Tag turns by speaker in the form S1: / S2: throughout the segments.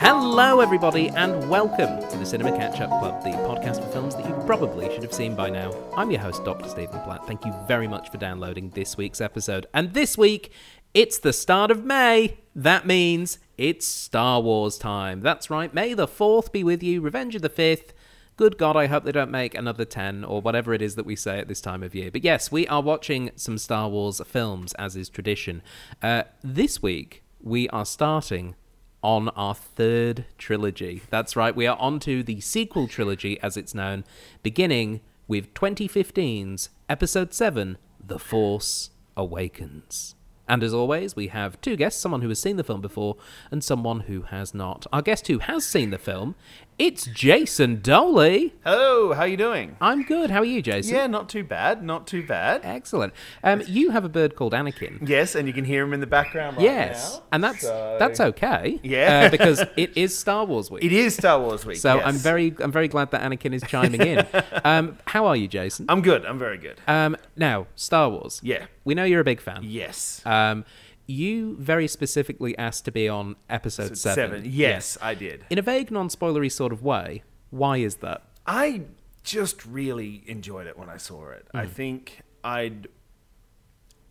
S1: Hello, everybody, and welcome to the Cinema Catch Up Club, the podcast for films that you probably should have seen by now. I'm your host, Dr. Stephen Platt. Thank you very much for downloading this week's episode. And this week, it's the start of May. That means it's Star Wars time. That's right, May the 4th be with you, Revenge of the 5th. Good God, I hope they don't make another 10 or whatever it is that we say at this time of year. But yes, we are watching some Star Wars films, as is tradition. Uh, this week, we are starting on our third trilogy. That's right, we are on to the sequel trilogy, as it's known, beginning with 2015's Episode 7 The Force Awakens. And as always, we have two guests someone who has seen the film before and someone who has not. Our guest who has seen the film, it's Jason Doley.
S2: Hello, how you doing?
S1: I'm good. How are you, Jason?
S2: Yeah, not too bad, not too bad.
S1: Excellent. Um, you have a bird called Anakin.
S2: Yes, and you can hear him in the background right
S1: Yes,
S2: now.
S1: and that's
S2: So-
S1: that's okay.
S2: Yeah.
S1: uh, because it is Star Wars week.
S2: It is Star Wars week.
S1: So
S2: yes.
S1: I'm very I'm very glad that Anakin is chiming in. um, how are you, Jason?
S2: I'm good. I'm very good.
S1: Um, now Star Wars.
S2: Yeah.
S1: we know you're a big fan.
S2: Yes.
S1: Um, you very specifically asked to be on episode seven.
S2: Yes, I did.
S1: In a vague, non-spoilery sort of way. Why is that?
S2: I just really enjoyed it when I saw it. I think I'd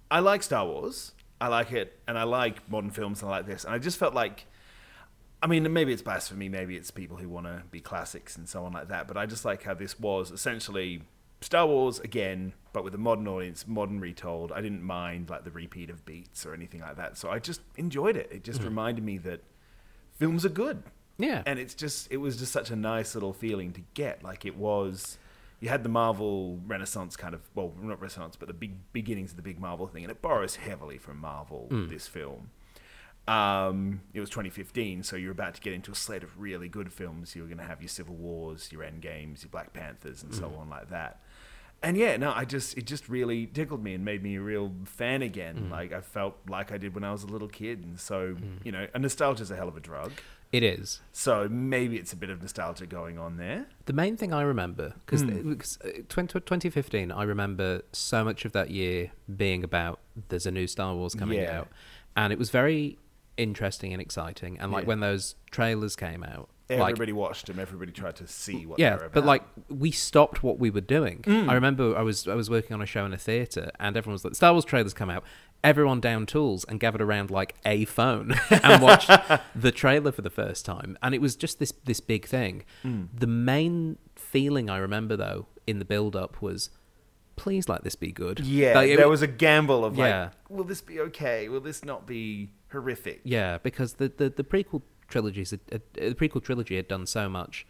S2: I like Star Wars. I like it, and I like modern films, and I like this. And I just felt like, I mean, maybe it's blasphemy, maybe it's people who want to be classics and so on like that. But I just like how this was essentially Star Wars again, but with a modern audience, modern retold. I didn't mind like the repeat of beats or anything like that. So I just enjoyed it. It just reminded me that films are good.
S1: Yeah.
S2: And it's just, it was just such a nice little feeling to get. Like it was, you had the Marvel Renaissance kind of, well, not Renaissance, but the big beginnings of the big Marvel thing. And it borrows heavily from Marvel, this film. Um, it was 2015, so you're about to get into a slate of really good films. You're going to have your Civil Wars, your Endgames, your Black Panthers, and so on like that. And yeah, no, I just it just really tickled me and made me a real fan again. Like I felt like I did when I was a little kid, and so you know, and nostalgia's a hell of a drug.
S1: It is.
S2: So maybe it's a bit of nostalgia going on there.
S1: The main thing I remember, because uh, 2015, I remember so much of that year being about there's a new Star Wars coming
S2: Yeah.
S1: out. And it was very interesting and exciting. And like
S2: Yeah.
S1: when those trailers came out, like,
S2: Everybody watched them. Everybody tried to see what.
S1: yeah,
S2: they were about. Mm.
S1: but like we stopped what we were doing. I remember I was I was working on a show in a theater, and everyone was like, "Star Wars trailers come out." Everyone down tools and gathered around like a phone and watched the trailer for the first time, and it was just this this big thing.
S2: Mm.
S1: The main feeling I remember though in the build up was, "Please let this be good."
S2: yeah,
S1: Like, it-
S2: there was a gamble of
S1: Yeah.
S2: like, will this be okay? Will this not be horrific?
S1: Yeah, because the the, the prequel trilogies, had- had- the prequel trilogy had done so much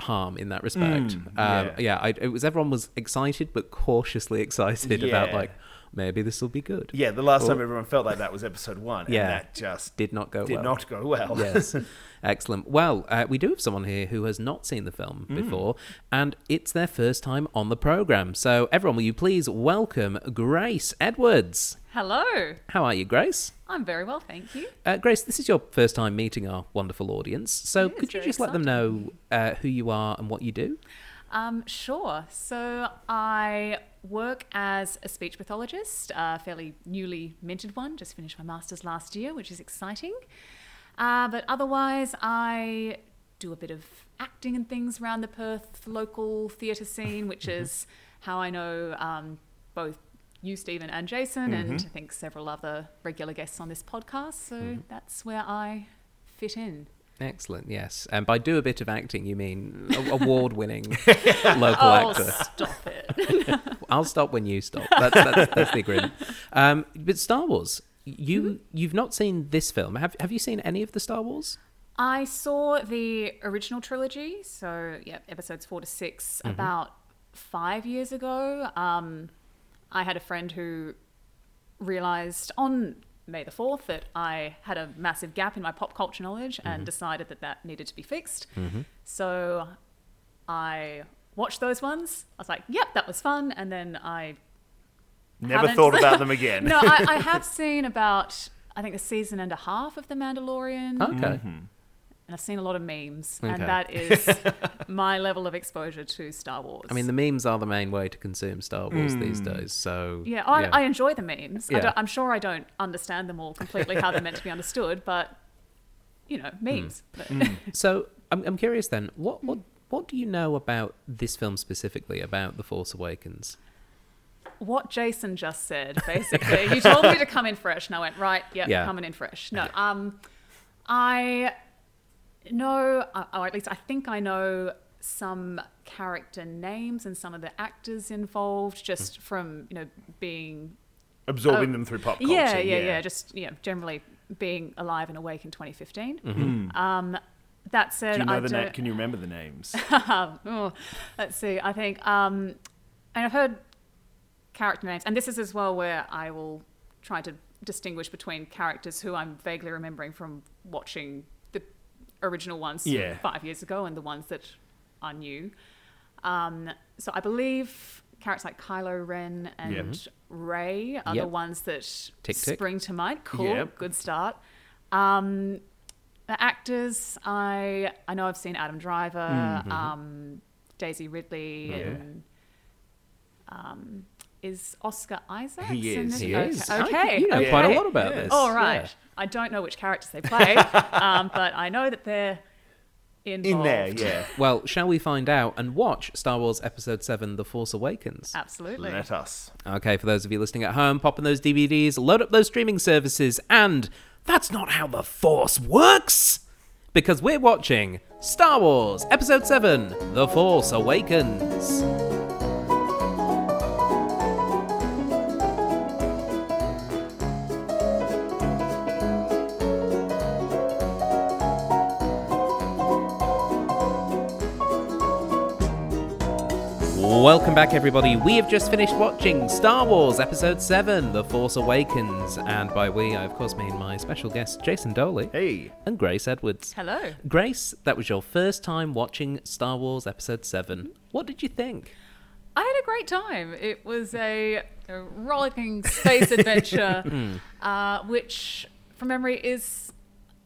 S1: harm in that respect. um, yeah,
S2: Mm, yeah.
S1: I, it was everyone was excited but cautiously excited about
S2: Yeah.
S1: like maybe this will be good.
S2: Yeah, the last
S1: Or-
S2: time everyone felt like that was episode one.
S1: Yeah.
S2: And that just
S1: Did not go
S2: did
S1: well.
S2: not go well.
S1: yes, excellent. Well, uh, we do have someone here who has not seen the film
S2: Mm.
S1: before, and it's their first time on the program. So, everyone, will you please welcome Grace Edwards?
S3: Hello.
S1: How are you, Grace?
S3: I'm very well, thank you.
S1: Uh, Grace, this is your first time meeting our wonderful audience, so
S3: Yeah, it's
S1: could you
S3: very
S1: just let them know uh, who you are and what you do?
S3: Um, sure. So I work as a speech pathologist, a fairly newly minted one. Just finished my master's last year, which is exciting. Uh, but otherwise, I do a bit of acting and things around the Perth local theatre scene, which is how I know um, both you, Stephen, and Jason, and I think several other regular guests on this podcast. So that's where I fit in.
S1: Excellent, yes. And by do a bit of acting, you mean a- award-winning local
S3: Oh,
S1: actor.
S3: stop it.
S1: I'll stop when you stop. That's, that's, that's the agreement. Um, but Star Wars, you
S3: Mm-hmm.
S1: you've not seen this film. Have Have you seen any of the Star Wars?
S3: I saw the original trilogy, so yeah, episodes four to 6 about five years ago. Um, I had a friend who realized on May the 4th that I had a massive gap in my pop culture knowledge and decided that that needed to be fixed. So I watched those ones. I was like, yep, that was fun. And then I
S2: Never
S3: Haven't-
S2: thought about them again.
S3: no, I, I have seen about I think a season and a half of The Mandalorian,
S1: Okay.
S3: and I've seen a lot of memes,
S1: Okay.
S3: and that is my level of exposure to Star Wars.
S1: I mean, the memes are the main way to consume Star Wars these days. So
S3: Mm. yeah, I, I enjoy the memes.
S1: Yeah.
S3: I don't, I'm sure I don't understand them all completely how they're meant to be understood, but you
S1: Hmm.
S3: know, memes. But-
S1: So I'm, I'm curious then, what, what what do you know about this film specifically, about The Force Awakens?
S3: what Jason just said, basically. you told me to come in fresh, and I went, right, yep,
S1: Yeah.
S3: coming in fresh. No, um, I know, uh, or at least I think I know some character names and some of the actors involved
S1: Hmm.
S3: just from, you know, being.
S2: Absorbing
S3: Oh,
S2: them through pop culture.
S3: Yeah, yeah, yeah, Just, you know, generally being alive and awake in 2015. Um, that
S2: Mm-hmm.
S3: said,
S2: Do you know
S3: I
S2: the
S3: don't.
S2: na- Can you remember the names?
S3: Um, oh, let's see. I think, um, and I've heard character names, and this is as well where I will try to distinguish between characters who I'm vaguely remembering from watching the original ones
S2: Yeah.
S3: five years ago and the ones that are new. Um, so I believe characters like Kylo Ren and
S2: Yep.
S3: Ray are
S1: Yep.
S3: the ones that
S1: Tick, tick.
S3: spring to mind. Cool,
S2: Yep.
S3: good start. Um, the actors, I I know I've seen Adam Driver,
S1: Mm-hmm.
S3: um, Daisy Ridley,
S2: Yeah.
S3: and um, is Oscar Isaac?
S2: He is.
S1: He
S3: okay.
S1: is. I-
S3: Okay.
S1: you know quite a
S3: okay.
S1: lot about
S2: Yeah.
S1: this.
S3: All right. I don't know which characters they play, um, but I know that they're involved.
S2: In there, yeah.
S1: Well, shall we find out and watch Star Wars Episode 7 The Force Awakens?
S3: Absolutely.
S2: Let us.
S1: Okay, for those of you listening at home, pop in those DVDs, load up those streaming services, and that's not how the Force works! Because we're watching Star Wars Episode 7 The Force Awakens. Welcome back, everybody. We have just finished watching Star Wars Episode 7 The Force Awakens, and by we, I of course mean my special guest, Jason Doley,
S2: Hey.
S1: and Grace Edwards.
S3: Hello.
S1: Grace, that was your first time watching Star Wars Episode 7. What did you think?
S3: I had a great time. It was a, a rollicking space adventure, uh, which, from memory, is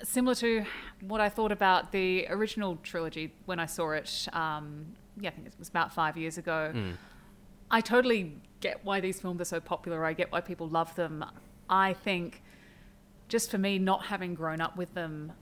S3: similar to what I thought about the original trilogy when I saw it. Um, yeah, I think it was about five years ago.
S2: Hmm.
S3: I totally get why these films are so popular. I get why people love them. I think, just for me, not having grown up with them,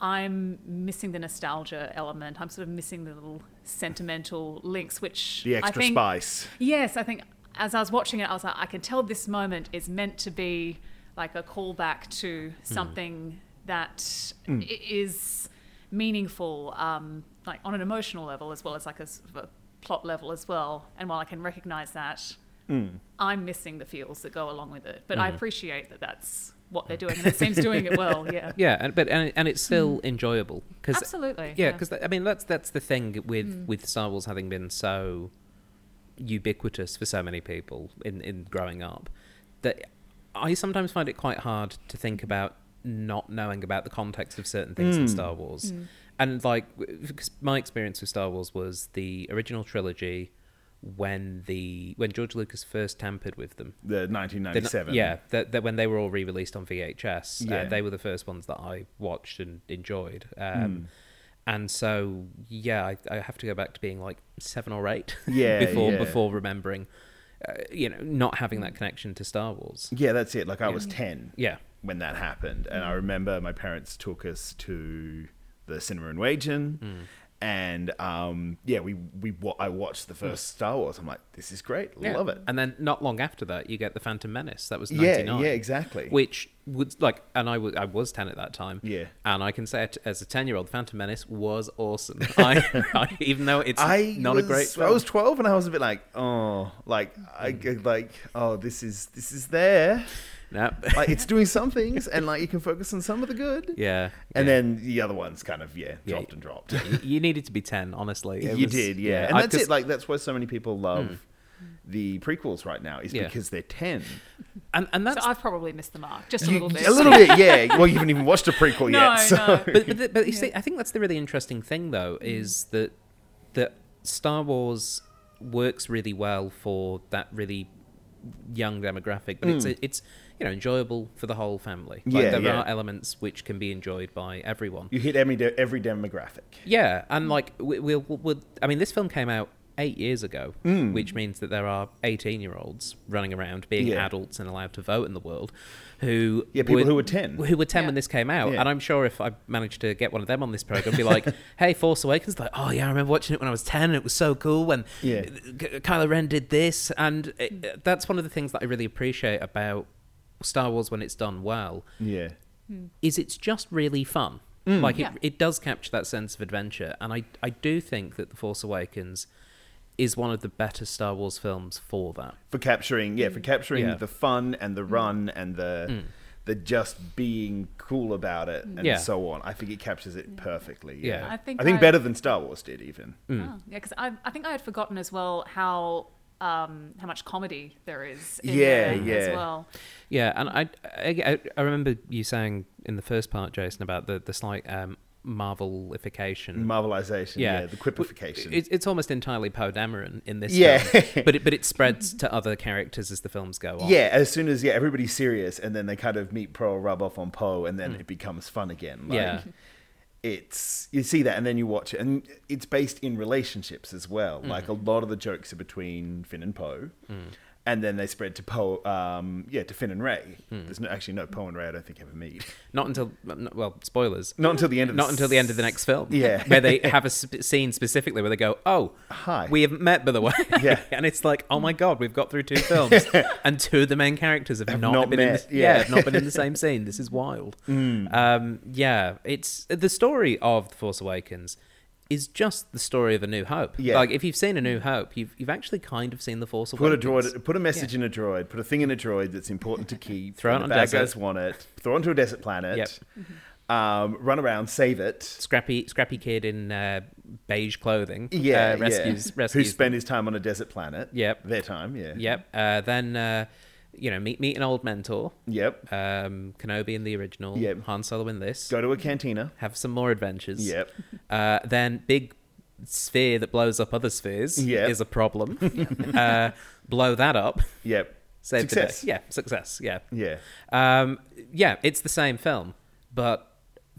S3: I'm missing the nostalgia element. I'm sort of missing the little sentimental links, which
S2: The extra
S3: I think,
S2: spice.
S3: Yes, I think as I was watching it, I was like, I can tell this moment is meant to be like a callback to something that i is meaningful, um, like on an emotional level as well as like a, sort of a plot level as well. And while I can recognize that, I'm missing the feels that go along with it. But I appreciate that that's what they're doing, and it seems doing it well. Yeah,
S1: Yeah, and, but and, and it's still enjoyable because
S3: absolutely.
S1: yeah, because I mean that's that's the thing with with Star Wars having been so ubiquitous for so many people in in growing up that I sometimes find it quite hard to think about not knowing about the context of certain things in Star Wars. And like w- because my experience with Star Wars was the original trilogy when the when George Lucas first tampered with them.
S2: The
S1: They're not-
S2: 1997.
S1: yeah, that, that when they were all re-released on VHS, uh,
S2: Yeah.
S1: they were the first ones that I watched and enjoyed.
S2: Hmm.
S1: Um, And so, yeah, I, I have to go back to being like seven or eight
S2: Yeah,
S1: before
S2: yeah. Hmm.
S1: before remembering, uh, you know, not having that connection to Star Wars.
S2: Yeah, that's it. Like I was 10.
S1: Yeah,
S2: when that happened. And
S1: Mm.
S2: I remember my parents took us to the cinema in Wagen.
S1: Mm.
S2: And um, yeah, we, we wa- I watched
S1: Mm.
S2: the first Star Wars. I'm like, this is great. Love it.
S1: And then not long after that, you get the Phantom Menace. That was
S2: Yeah,
S1: ninety nine.
S2: yeah, exactly.
S1: Which was like, and I was I was ten at that time.
S2: Yeah.
S1: and I can say it as a ten year old, Phantom Menace was awesome. I, I even though it's
S2: I
S1: not
S2: was,
S1: a great.
S2: I
S1: film. Mm.
S2: was 12 and I was a bit like, oh, like I like oh, this is this is there.
S1: No.
S2: Like it's doing some things, and like you can focus on some of the good.
S1: Yeah.
S2: And
S1: yeah.
S2: then the other ones kind of yeah
S1: Yeah.
S2: dropped and dropped.
S1: Y- you needed to be 10, honestly. It
S2: you
S1: was-
S2: did, yeah. And
S1: I-
S2: that's
S1: 'cause- Mm.
S2: it. Like that's why so many people love the prequels right now is
S1: Yeah.
S2: because they're ten.
S1: and, and
S3: So
S1: that's.
S3: I've probably missed the mark just a
S2: You-
S3: little bit.
S2: a little bit, yeah. Well, you haven't even watched a prequel
S3: no,
S2: yet. So.
S3: no.
S1: but, but, the- but you see, I think that's the really interesting thing, though, is that, that Star Wars works really well for that really young demographic, but it's, it's, you know, enjoyable for the whole family. Like,
S2: Mm. Yeah,
S1: there
S2: yeah.
S1: are elements which can be enjoyed by everyone.
S2: You hit every de- every demographic.
S1: Yeah, and like we, we'll, we'll, I mean, this film came out eight years ago,
S2: Mm.
S1: which means that there are 18 year olds running around being
S2: Yeah.
S1: adults and allowed to vote in the world who.
S2: Yeah, people who were 10.
S1: Who were 10
S3: Yeah.
S1: when this came out.
S2: Yeah.
S1: And I'm sure if I managed to get one of them on this program, be like, hey, Force Awakens, like, oh, yeah, I remember watching it when I was 10 and it was so cool when
S2: Yeah.
S1: K- Kylo Ren did this, and it, that's one of the things that I really appreciate about Star Wars when it's done well.
S2: Yeah.
S1: Is it's just really fun. Like it,
S3: Yeah.
S1: it does capture that sense of adventure, and I I do think that The Force Awakens is one of the better Star Wars films for that.
S2: For capturing, yeah, Mm. for capturing
S1: Yeah.
S2: the fun and
S3: Mm.
S2: the run and the the just being cool about it and
S1: Yeah.
S2: so on. I think it captures it perfectly.
S1: Yeah.
S2: Yeah.
S1: I
S3: think
S2: I think
S3: I-
S2: better than Star Wars did even.
S3: Oh, yeah, because I, I think I had forgotten as well how um, how much comedy there is. In
S2: Yeah,
S3: there As
S2: yeah.
S3: well,
S1: Yeah, and I, I I- I remember you saying in the first part, Jason, about the the slight um, Marvelification
S2: Marvelization, Mm. yeah, the quippification.
S1: It's, it's almost entirely Poe Dameron in this.
S2: Yeah.
S1: film, but it, but it spreads to other characters as the films go on.
S2: Yeah, as soon as yeah, everybody's serious, and then they kind of meet Pro rub off on Poe, and then it becomes fun again. Like,
S1: Mm. Yeah.
S2: it's you see that, and then you watch it, and it's based in relationships as
S1: Mm.
S2: well. Like a lot of the jokes are between Finn and Poe, and then they spread to Poe. Um, yeah, to Finn and Ray.
S1: Mm.
S2: There's no, actually no Poe and Ray. I don't think ever meet.
S1: Not until not- well, spoilers.
S2: Not until the end of
S1: Not until the end of the next film.
S2: Yeah.
S1: where they have a sp- scene specifically where they go, "Oh,
S2: Hi.
S1: we haven't met by the way."
S2: Yeah.
S1: and it's like, "Oh my god, we've got through two films, and two of the main characters have, not,
S2: not
S1: been in
S2: met,
S1: the, yeah.
S2: yeah. Mm.
S1: have not been in the same scene. This is wild." Um, yeah, it's the story of the Force Awakens is just the story of a New Hope.
S2: Yeah.
S1: like if you've seen a New Hope, you've you've actually kind of seen the Force
S2: Put a
S1: Awakens.
S2: droid, put a message in a droid, put a thing in a droid that's important to keep.
S1: Throw it
S2: and
S1: on
S2: the bad
S1: desert.
S2: guys want it. Throw it onto a desert planet.
S1: Yep.
S2: Um, run around, save it.
S1: Scrappy, scrappy kid in uh, beige clothing.
S2: yeah,
S1: uh, rescues
S2: yeah.
S1: rescues.
S2: who spend his time on a desert planet.
S1: Yep.
S2: their time. Yeah,
S1: Yep. Uh, then uh, you know, meet meet an old mentor.
S2: yep.
S1: Um, Kenobi in the original.
S2: Yep.
S1: Han Solo in this.
S2: Go to a cantina.
S1: Have some more adventures.
S2: Yep.
S1: Uh, then big sphere that blows up other spheres
S2: Yep.
S1: is a problem. uh, blow that up.
S2: Yep.
S1: Save
S2: Success.
S1: the day. Yeah, success. Yeah.
S2: Yeah.
S1: Um, yeah, it's the same film, but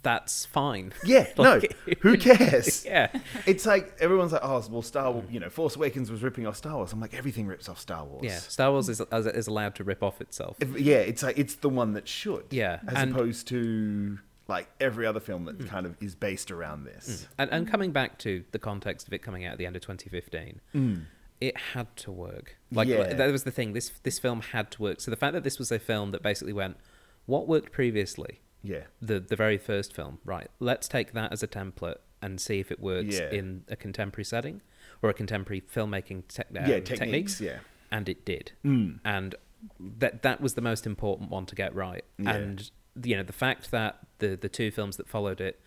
S1: that's fine.
S2: Yeah,
S1: Like-
S2: no. Who cares?
S1: Yeah.
S2: It's like everyone's like, oh, well, Star Wars, you know, Force Awakens was ripping off Star Wars. I'm like, everything rips off Star Wars.
S1: Yeah. Star Wars is is is allowed to rip off itself.
S2: If- yeah, it's like, it's the one that should.
S1: Yeah,
S2: As
S1: and- Mm.
S2: opposed to like every other film that kind of is based around this.
S1: And, and coming back to the context of it coming out at the end of 2015, it had to work. Like
S2: Mm. Yeah.
S1: that was the thing. This this film had to work. So the fact that this was a film that basically went, what worked previously,
S2: Yeah.
S1: the the very first film, right? Let's take that as a template and see if it works
S2: Yeah.
S1: in a contemporary setting or a contemporary filmmaking te- um,
S2: Yeah, techniques, yeah. Hmm.
S1: And it did. And that that was the most important one to get right.
S2: Yeah.
S1: And you know the fact that the the two films that followed it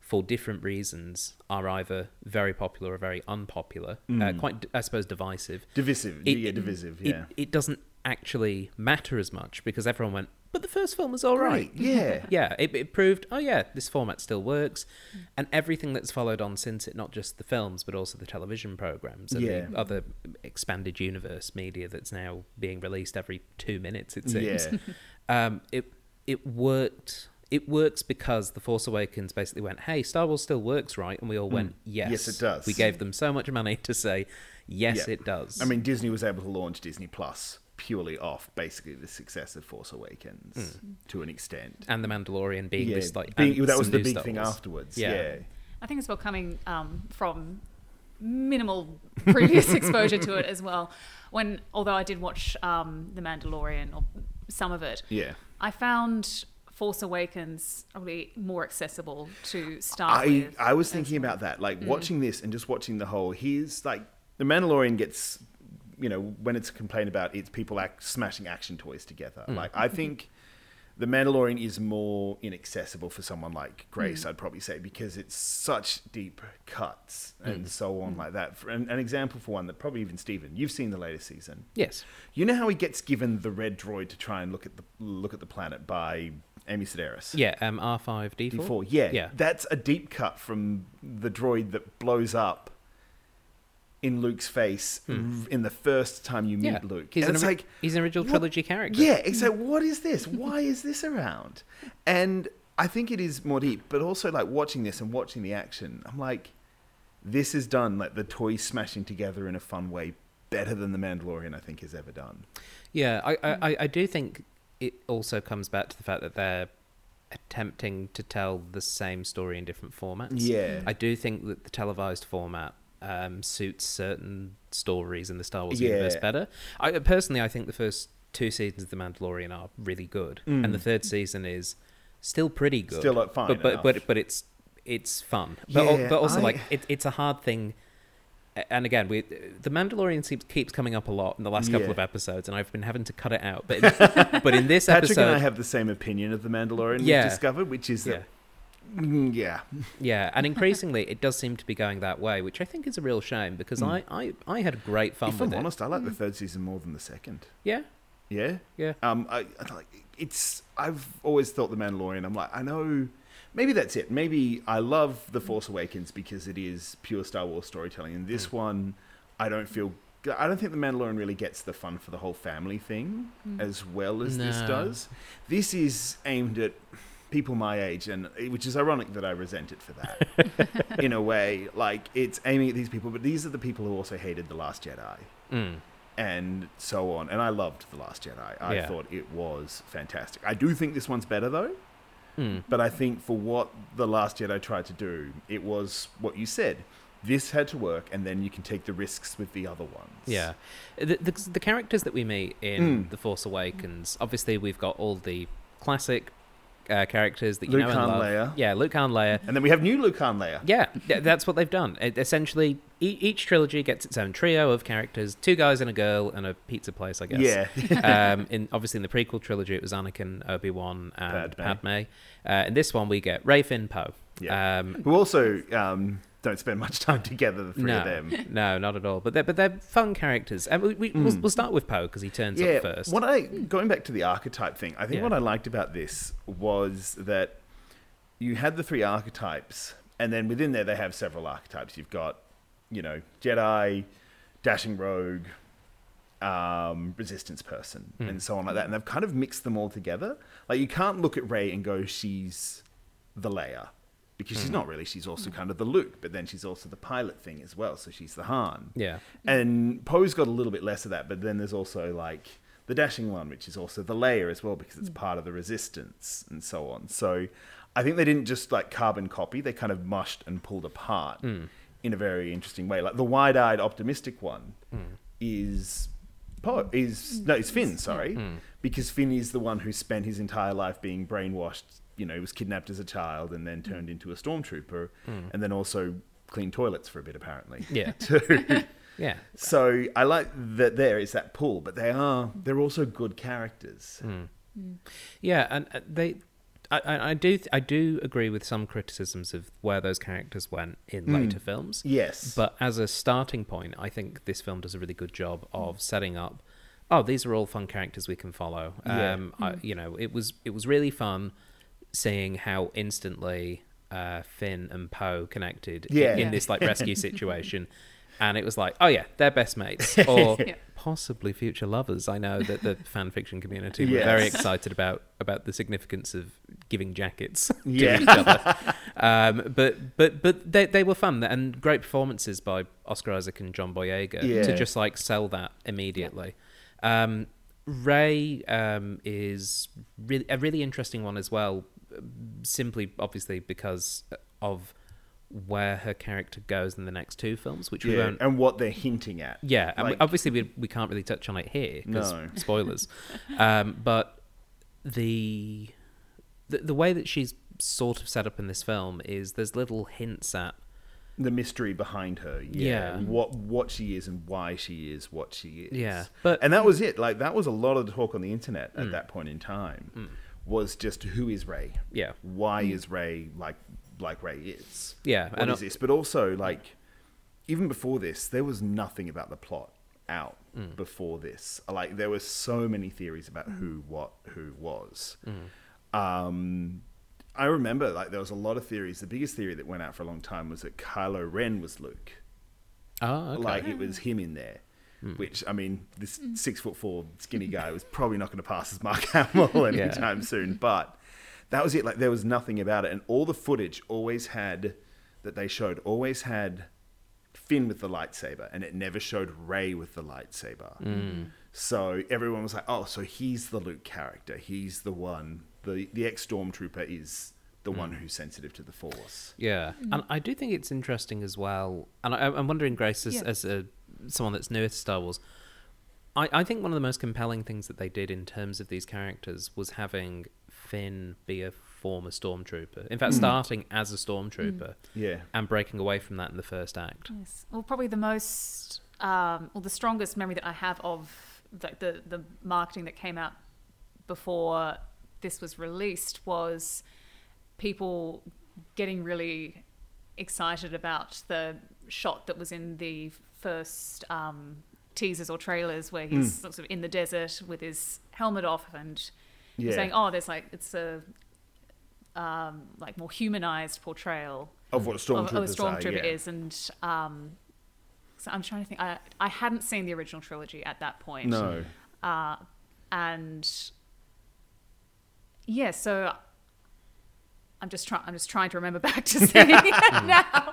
S1: for different reasons are either very popular or very unpopular uh, quite i suppose divisive
S2: Divisive.
S1: It-
S2: Hmm. yeah, divisive.
S1: it,
S2: Yeah.
S1: it doesn't actually matter as much because everyone went but the first film was all right
S2: right. Yeah.
S1: yeah, it, it proved, oh yeah, this format still works. And everything that's followed on since it, not just the films, but also the television programs and
S2: Yeah.
S1: the other expanded universe media that's now being released every two minutes, it seems.
S2: Yeah.
S1: um, it, it worked. It works because The Force Awakens basically went, hey, Star Wars still works, right? And we all went, yes.
S2: Mm. Yes, it does.
S1: We gave them so much money to say, yes,
S2: Yeah.
S1: it does.
S2: I mean, Disney was able to launch Disney Plus purely off basically the success of Force Awakens to an extent.
S1: and The Mandalorian Mm. being this, like,
S2: being-
S1: and
S2: that was
S1: some
S2: the
S1: new
S2: big
S1: Star
S2: thing
S1: Wars.
S2: afterwards.
S1: Yeah.
S2: Yeah.
S3: I think as well coming um, from minimal previous exposure to it as well. When although I did watch um, The Mandalorian or some of it,
S2: Yeah.
S3: I found Force Awakens probably more accessible to start
S2: I,
S3: with. Mm.
S2: I was thinking about that, like watching this and just watching the whole. Here's like the Mandalorian gets, you know, when it's complained about, it's people act smashing action toys together. Like
S3: Mm-hmm.
S2: I think the Mandalorian is more inaccessible for someone like Grace,
S3: Mm.
S2: I'd probably say, because it's such deep cuts and so
S3: Mm.
S2: on like that. For an, an example for one that probably even Steven, you've seen the latest season.
S1: Yes.
S2: You know how he gets given the red droid to try and look at the look at the planet by Amy Sedaris.
S1: Yeah, um, R5, D4.
S2: D4, yeah.
S1: Yeah.
S2: That's a deep cut from the droid that blows up in Luke's face r- in the first time you meet Luke.
S1: Hmm. He's
S2: and
S1: an,
S2: it's
S1: ori-
S2: like,
S1: he's an original
S2: what-
S1: trilogy character.
S2: yeah, it's like, what is this? Why is this around? And I think it is more deep, but also like watching this and watching the action, I'm like, this is done like the toys smashing together in a fun way better than the Mandalorian I think has ever done.
S1: Yeah, I, I, I- I do think it also comes back to the fact that they're attempting to tell the same story in different formats.
S2: Yeah.
S1: I do think that the televised format um, suits certain stories in the Star Wars
S2: Yeah.
S1: universe better. I personally, I think the first two seasons of The Mandalorian are really good, and the third season is still pretty good.
S2: Mm. Still, like, fine
S1: but but but,
S2: enough.
S1: but it's it's fun. But al-
S2: Yeah,
S1: but also
S2: I-
S1: like it, it's a hard thing. A- And again, we the Mandalorian seems, keeps coming up a lot in the last couple
S2: Yeah.
S1: of episodes, and I've been having to cut it out. But in, but in this
S2: Patrick
S1: episode,
S2: and I have the same opinion of the Mandalorian
S1: Yeah.
S2: we've discovered, which is
S1: yeah,
S2: that Mm, yeah.
S1: yeah, and increasingly it does seem to be going that way, which I think is a real shame because
S2: Hmm.
S1: I, I, I had great fun
S2: If
S1: with
S2: I'm
S1: it.
S2: honest, I like the third season more than the second.
S1: Yeah,
S2: Yeah.
S1: yeah.
S2: Um, I, I like it's. I've always thought the Mandalorian. I'm like, I know. Maybe that's it. Maybe I love the Force Awakens because it is pure Star Wars storytelling. And this one, I don't feel. I don't think the Mandalorian really gets the fun for the whole family thing
S3: Mm.
S2: as well as this
S1: No.
S2: does. This is aimed at people my age, and eh, which is ironic that I resent it for that. in a way, like it's aiming at these people, but these are the people who also hated the Last Jedi
S1: Mm.
S2: and so on. And I loved The Last Jedi. I
S1: Yeah.
S2: thought it was fantastic. I do think this one's better though,
S1: Mm.
S2: but I think for what The Last Jedi tried to do, it was what you said. This had to work, and then you can take the risks with the other ones.
S1: Yeah, the, the the characters that we meet in
S2: Mm.
S1: the Force Awakens. Obviously, we've got all the classic uh, characters that you know
S2: Luke,
S1: and
S2: Han,
S1: love.
S2: Leia.
S1: Yeah, Luke Han, Leia.
S2: And then we have new Luke Han Leia.
S1: Yeah, th- that's what they've done. It, essentially, e- each trilogy gets its own trio of characters: two guys and a girl, and a pizza place, I guess.
S2: Yeah.
S1: um, in obviously in the prequel trilogy, it was Anakin, Obi Wan, and
S2: Padme.
S1: Padme. Uh, in this one, we get Ray, Finn, Poe.
S2: Yeah.
S1: Um,
S2: Who also um, don't spend much time together, the three of them. Hmm.
S1: no, not at all. But they're but they're fun characters. And we, we we'll, we'll start with Poe because he turns
S2: yeah,
S1: up first.
S2: What I going back to the archetype thing, I think
S1: Yeah.
S2: what I liked about this was that you had the three archetypes, and then within there they have several archetypes. You've got, you know, Jedi, dashing rogue, um, resistance person,
S1: Hmm.
S2: and so on like that. And they've kind of mixed them all together. Like you can't look at Ray and go, she's the Leia. Because
S1: Hmm.
S2: she's not really, she's also kind of the Luke, but then she's also the pilot thing as well, so she's the Han.
S1: Yeah.
S2: And Poe's got a little bit less of that, but then there's also like the dashing one, which is also the layer as well because it's part of the resistance and so on. So I think they didn't just like carbon copy, they kind of mushed and pulled apart in a very interesting way. Like the wide eyed optimistic one is Poe is no, it's Finn, sorry. Because Finn is the one who spent his entire life being brainwashed, you know, was kidnapped as a child and then turned into a stormtrooper and then also cleaned toilets for a bit apparently.
S1: Yeah.
S2: too.
S1: Yeah.
S2: So I like that there is that pull, but they are they're also good characters.
S1: Hmm. Yeah, and uh, they, I, I, I do, th- I do agree with some criticisms of where those characters went in
S2: Hmm.
S1: later films.
S2: Yes,
S1: But as a starting point, I think this film does a really good job
S2: Hmm.
S1: of setting up. Oh, these are all fun characters we can follow.
S2: Yeah. Hmm.
S1: Um, I, you know, it was it was really fun seeing how instantly uh, Finn and Poe connected i-
S2: Yeah.
S1: in,
S3: Yeah.
S1: this like rescue situation, and it was like, oh yeah, they're best mates or
S3: Yeah.
S1: possibly future lovers. I know that the fan fiction community were
S2: Yes.
S1: very excited about about the significance of giving jackets to
S2: Yeah.
S1: each other. Um, but but but they they were fun and great performances by Oscar Isaac and John Boyega
S2: Yeah.
S1: to just like sell that immediately. Um, Ray um, is really a really interesting one as well, simply obviously because of where her character goes in the next two films, which we
S2: yeah,
S1: won't
S2: and what they're hinting at.
S1: yeah, and we,
S2: Like-
S1: obviously we we can't really touch on it here 'cause
S2: No.
S1: spoilers. um, but the, the the way that she's sort of set up in this film is there's little hints at
S2: the mystery behind her.
S1: Yeah.
S2: Yeah, what what she is and why she is what she is.
S1: Yeah, but- Hmm.
S2: and that was it. Like that was a lot of the talk on the internet at that point in time was just who is Ray?
S1: Yeah. Hmm.
S2: why is Ray like like Ray is?
S1: Yeah,
S2: what
S1: and
S2: is
S1: I-
S2: this? But also like even before this, there was nothing about the plot out
S1: Mm.
S2: before this. Like there were so many theories about who what who was.
S1: Mm.
S2: Um, I remember like there was a lot of theories. The biggest theory that went out for a long time was that Kylo Ren was Luke.
S1: oh okay.
S2: Like
S3: Hmm.
S2: it was him in there. Which I mean, this six foot four skinny guy was probably not going to pass as Mark Hamill anytime soon. But that was it. Like there was nothing about it, and all the footage always had that they showed always had Finn with the lightsaber, and it never showed Ray with the lightsaber. So everyone was like, "Oh, so he's the Luke character. He's the one. the The ex stormtrooper is the one who's sensitive to the Force."
S1: Yeah, and I do think it's interesting as well. And I, I'm wondering, Grace, as,
S3: Yeah.
S1: as a, someone that's newer to Star Wars, I, I think one of the most compelling things that they did in terms of these characters was having Finn be a former stormtrooper. In
S2: Mm.
S1: fact, starting as a stormtrooper
S2: Yeah.
S1: and breaking away from that in the first act.
S3: Yes. Well, probably the most, um, well, the strongest memory that I have of the, the the marketing that came out before this was released was people getting really excited about the shot that was in the first um, teasers or trailers where he's sort of in the desert with his helmet off and
S2: Yeah.
S3: he's saying, "Oh, there's like it's a um, like more humanized portrayal
S2: Of what a
S3: of,
S2: stormtrooper,
S3: of a stormtrooper
S2: yeah.
S3: is, and um, so I'm trying to think. I I hadn't seen the original trilogy at that point.
S2: No.
S3: Uh, and yeah, so I'm just trying. I'm just trying to remember back to seeing it now.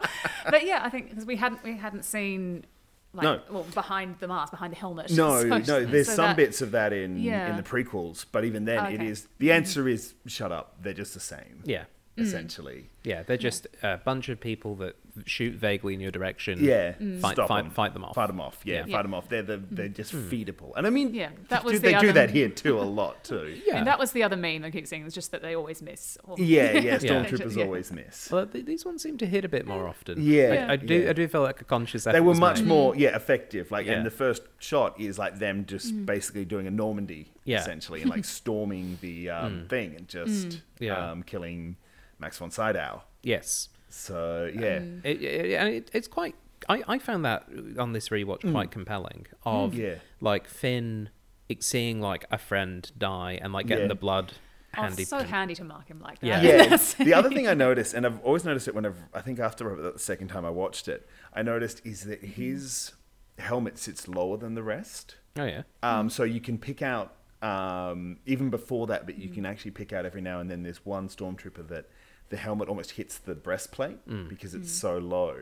S3: But yeah, I think because we hadn't we hadn't seen like
S2: No.
S3: well behind the mask, behind the helmet.
S2: No,
S3: So-
S2: no. There's
S3: so
S2: some
S3: that-
S2: bits of that in in
S3: Yeah.
S2: the prequels, but even then, it
S3: Okay.
S2: is the answer is shut up. They're just the same,
S1: Yeah.
S3: Mm.
S2: essentially.
S1: Yeah, they're just a bunch of people that shoot vaguely in your direction.
S2: Yeah,
S1: Mm.
S3: Mm.
S1: Fight,
S2: stop
S1: fight,
S2: 'em.
S1: fight them off.
S2: Fight them off. Yeah,
S1: Yeah. Mm.
S2: fight
S3: Yeah.
S2: them off. They're the, they're just feedable, and I mean,
S3: Mm. Yeah, that
S2: do-
S3: was
S2: they
S3: the
S2: do
S3: other-
S2: that here too a lot too.
S1: Yeah.
S3: And that was the other meme I keep seeing was just that they always miss. Oh, Or,
S2: yeah, yeah.
S1: Yeah.
S2: Stormtroopers
S3: Yeah.
S2: always miss.
S1: Well, th- these ones seem to hit a bit more often.
S2: Yeah,
S1: I, I do.
S2: yeah.
S1: I do feel like a conscious.
S2: They
S1: effort
S2: were
S1: was
S2: much
S1: made.
S2: more yeah effective. Like,
S1: Yeah.
S2: and the first shot is like them just
S3: Mm.
S2: basically doing a Normandy
S1: Yeah. Mm.
S2: essentially, and like storming the um, thing and just
S3: Mm.
S1: Yeah.
S2: um, killing Max von Sydow.
S1: Yes.
S2: So yeah,
S3: Mm.
S1: It, it, and it, it's quite. I, I found that on this rewatch quite compelling. Of
S2: Mm. Yeah.
S1: like Finn ex- seeing like a friend die and like getting
S2: Yeah.
S1: the blood
S3: Oh,
S1: handy.
S3: so handy to mark him like that.
S1: Yeah.
S2: Yeah. the other thing I noticed, and I've always noticed it whenever I think after the second time I watched it, I noticed is that his helmet sits lower than the rest.
S1: oh yeah.
S2: Um, so you can pick out um, even before that, but you can actually pick out every now and then. There's one stormtrooper that the helmet almost hits the breastplate because it's so low.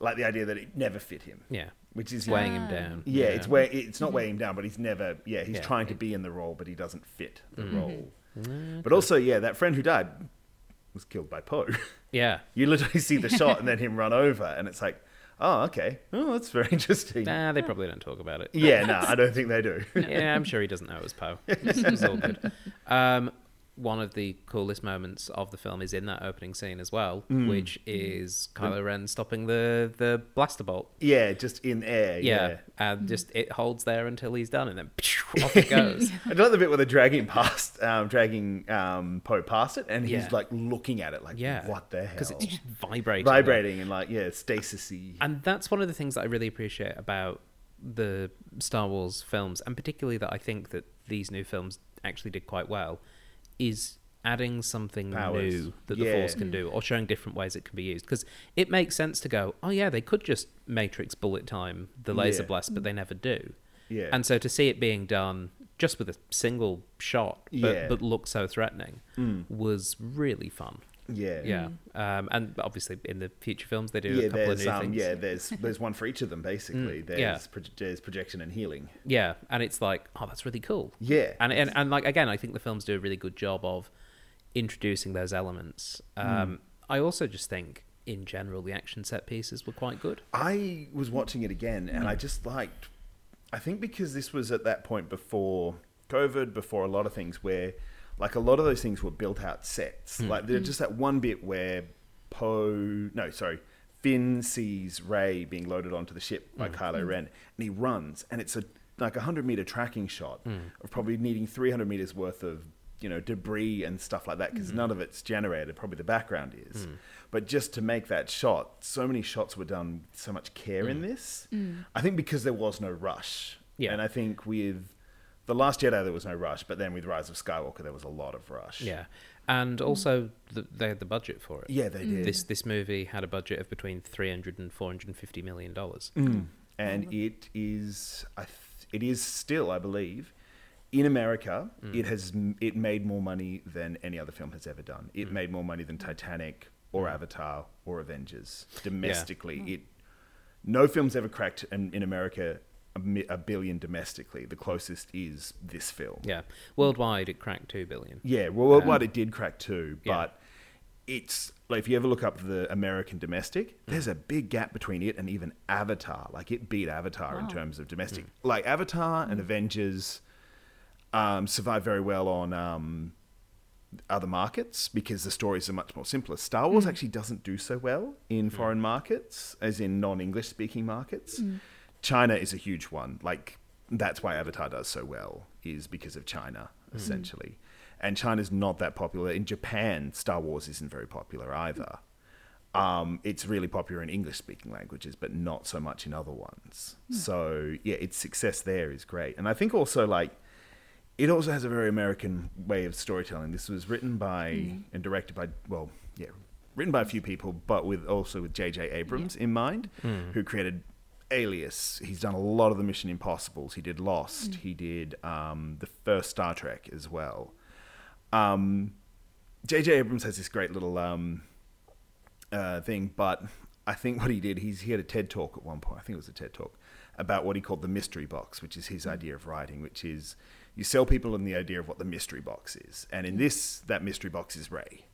S2: Like the idea that it never fit him.
S1: Yeah.
S2: Which is
S1: Weighing him down.
S2: yeah, it's where it's
S1: Mm-hmm.
S2: not weighing him down, but he's never. Yeah, he's
S1: Yeah.
S2: trying to be in the role, but he doesn't fit the role.
S1: Mm-hmm.
S2: But also, yeah, that friend who died was killed by Poe.
S1: Yeah.
S2: you literally see the shot and then him run over, and it's like, oh, okay, oh, that's very interesting.
S1: Nah, they probably don't talk about it.
S2: Yeah, no, I don't think they do.
S1: yeah, I'm sure he doesn't know it was Poe. It's, it's all good. Um, one of the coolest moments of the film is in that opening scene as well, which is Kylo Ren stopping the the blaster bolt.
S2: yeah, just in air. Yeah.
S1: Yeah, and just it holds there until he's done, and then off it goes.
S2: I do like the bit where they're dragging past, um, dragging um, Poe past it, and
S1: Yeah.
S2: he's like looking at it, like,
S1: Yeah,
S2: what the hell?
S1: Because it's just vibrating.
S2: vibrating and like, yeah, stasisy.
S1: and that's one of the things that I really appreciate about the Star Wars films, and particularly that I think that these new films actually did quite well, is adding something
S2: Powers.
S1: new that the
S2: Yeah.
S1: Force can do, or showing different ways it can be used. Because it makes sense to go, oh yeah, they could just Matrix bullet time the laser
S2: Yeah.
S1: blast, but they never do.
S2: Yeah.
S1: And so to see it being done just with a single shot, but,
S2: Yeah. Mm.
S1: but look so threatening, was really fun.
S2: Yeah.
S1: Yeah. Um, and obviously in the future films they do
S2: Yeah,
S1: a couple of
S2: there's
S1: new
S2: um,
S1: things. Mm,
S2: yeah, there's there's one for each of them basically. There's
S1: yeah.
S2: pro- there's projection and healing.
S1: Yeah, and it's like, oh, that's really cool.
S2: Yeah.
S1: and and, and like again, I think the films do a really good job of introducing those elements.
S2: Hmm.
S1: Um, I also just think, in general, the action set pieces were quite good.
S2: I was watching it again and
S1: Mm.
S2: I just liked I think because this was at that point before COVID, before a lot of things where like a lot of those things were built out
S1: Mm.
S2: sets. Like there's just that one bit where Poe no, sorry, Finn sees Ray being loaded onto the ship
S1: Mm.
S2: by Kylo Ren and he runs and it's a like a hundred meter tracking shot
S1: Mm.
S2: of probably needing three hundred meters worth of you know debris and stuff like that because
S1: Mm-hmm.
S2: none of it's generated probably the background is
S1: Mm.
S2: but just to make that shot so many shots were done with so much care in this i think because there was no rush
S1: Mm. Yeah.
S2: and i think with the last jedi there was no rush but then with rise of skywalker there was a lot of rush
S1: Yeah, and also the, they had the budget for it.
S2: Hmm. yeah they did
S1: This this movie had a budget of between 300 and 450 million dollars.
S2: Hmm. and it is I th- it is still I believe in America it has m- it made more money than any other film has ever done. It made more money than Titanic or Avatar or Avengers domestically. It No film's ever cracked in, in America a, mi- a billion domestically. The closest is this film.
S1: Yeah. Worldwide, it cracked 2 billion.
S2: Yeah, well, worldwide it did crack too,
S1: yeah.
S2: but it's like if you ever look up the American domestic, there's a big gap between it and even Avatar. Like it beat Avatar in
S3: Wow.
S2: terms of domestic. Like Avatar and Avengers um, survive very well on um, other markets because the stories are much more simpler. Star Wars actually doesn't do so well in foreign markets, as in non English speaking markets. China is a huge one. Like, that's why Avatar does so well, is because of China, essentially. And China's not that popular. In Japan, Star Wars isn't very popular either. Um, it's really popular in English speaking languages, but not so much in other ones. So, yeah, its success there is great. And I think also, like, it also has a very American way of storytelling. This was written by and directed by, well, yeah, written by a few people, but with also with J.J. Abrams in mind, who created Alias. He's done a lot of the Mission Impossibles. He did Lost. He did um, the first Star Trek as well. Um, J.J. Abrams has this great little um, uh, thing, but I think what he did, he's, he had a TED talk at one point. I think it was a TED talk about what he called the mystery box, which is his idea of writing, which is you sell people on the idea of what the mystery box is. And in this, that mystery box is Ray.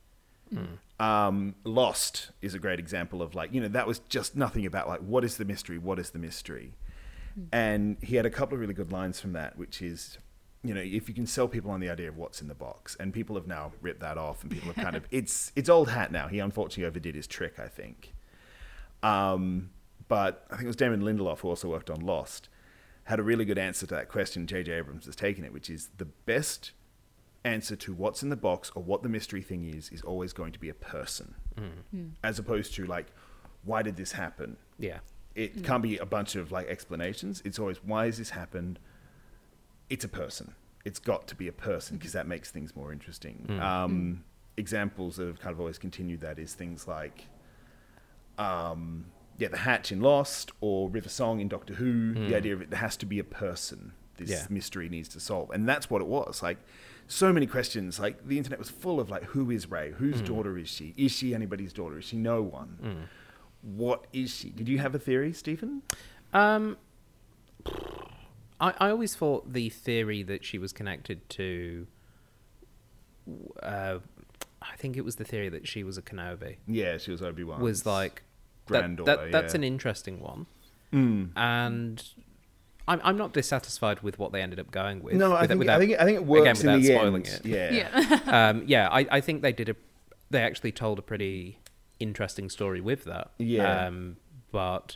S2: Um, Lost is a great example of like, you know, that was just nothing about like, what is the mystery? What is the mystery? And he had a couple of really good lines from that, which is, you know, if you can sell people on the idea of what's in the box, and people have now ripped that off, and people have kind of, it's it's old hat now. He unfortunately overdid his trick, I think. Um, but I think it was Damon Lindelof who also worked on Lost, had a really good answer to that question. J.J. Abrams has taken it, which is the best answer to what's in the box or what the mystery thing is is always going to be a person, as opposed to like, why did this happen?
S1: Yeah.
S2: It can't be a bunch of like explanations. It's always why has this happened? It's a person. It's got to be a person because that makes things more interesting.
S1: Mm.
S2: Um, Examples that have kind of always continued that is things like um, yeah, the Hatch in Lost or River Song in Doctor Who. The idea of it there has to be a person
S1: Mm.
S2: this
S1: Yeah.
S2: mystery needs to solve, and that's what it was. Like so many questions. Like the internet was full of like, who is Ray? Whose
S1: Mm.
S2: daughter is she? Is she anybody's daughter? Is she no one? What is she? Did you have a theory, Stephen?
S1: Um, I, I always thought the theory that she was connected to. Uh, I think it was the theory that she was a Kenobi.
S2: Yeah, she was Obi Wan.
S1: was like that,
S2: granddaughter,
S1: that, that's
S2: yeah.
S1: an interesting one and I'm, I'm not dissatisfied with what they ended up going with
S2: no. I
S1: with-
S2: think
S1: without-
S2: I think I think it
S1: again,
S2: works
S1: without
S2: in the
S1: spoiling
S2: end.
S1: it
S2: Yeah.
S3: Yeah.
S1: um, yeah I, I think they did a they actually told a pretty interesting story with that
S2: Yeah.
S1: um, but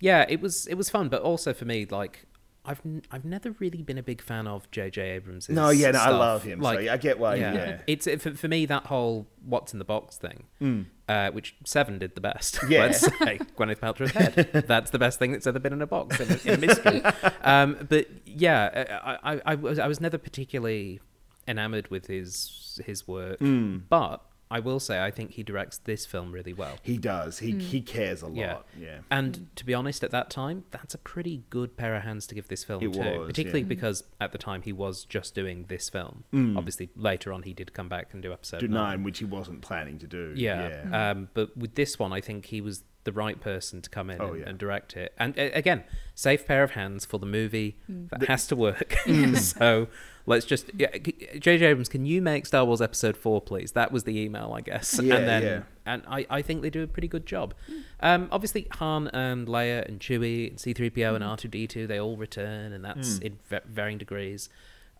S1: yeah it was it was fun but also for me like I've n- I've never really been a big fan of J.J. Abrams.
S2: No, yeah, no, I
S1: stuff.
S2: love him, so yeah, I get why, yeah.
S1: it's it, for, for me that whole "what's in the box" thing, uh, which Seven did the best.
S2: Mm. Yeah.
S1: let's say Gwyneth Paltrow's head. That's the best thing that's ever been in a box in a, in a mystery. um, but yeah, I, I, I was I was never particularly enamored with his his work,
S2: Hmm.
S1: but I will say I think he directs this film really well.
S2: He does. He he cares a lot.
S1: Yeah.
S2: yeah.
S1: And to be honest, at that time, that's a pretty good pair of hands to give this film
S2: It
S1: to.
S2: was,
S1: particularly
S2: yeah. Hmm.
S1: because at the time he was just doing this film. Obviously, later on he did come back and do episode
S2: Do
S1: nine.
S2: nine, which he wasn't planning to do.
S1: Yeah.
S2: Uh,
S1: Um, but with this one, I think he was the right person to come in
S2: Oh,
S1: and,
S2: yeah.
S1: and direct it. And uh, again, safe pair of hands for the movie that has to work.
S2: Mm.
S1: so let's just. yeah, c- J.J. Abrams, can you make Star Wars Episode 4, please? That was the email, I guess.
S2: Yeah,
S1: and then.
S2: yeah.
S1: And I, I think they do a pretty good job. Um, obviously, Han and Leia and Chewie and C3PO and R2D2, they all return, and that's
S2: Mm.
S1: in v- varying degrees.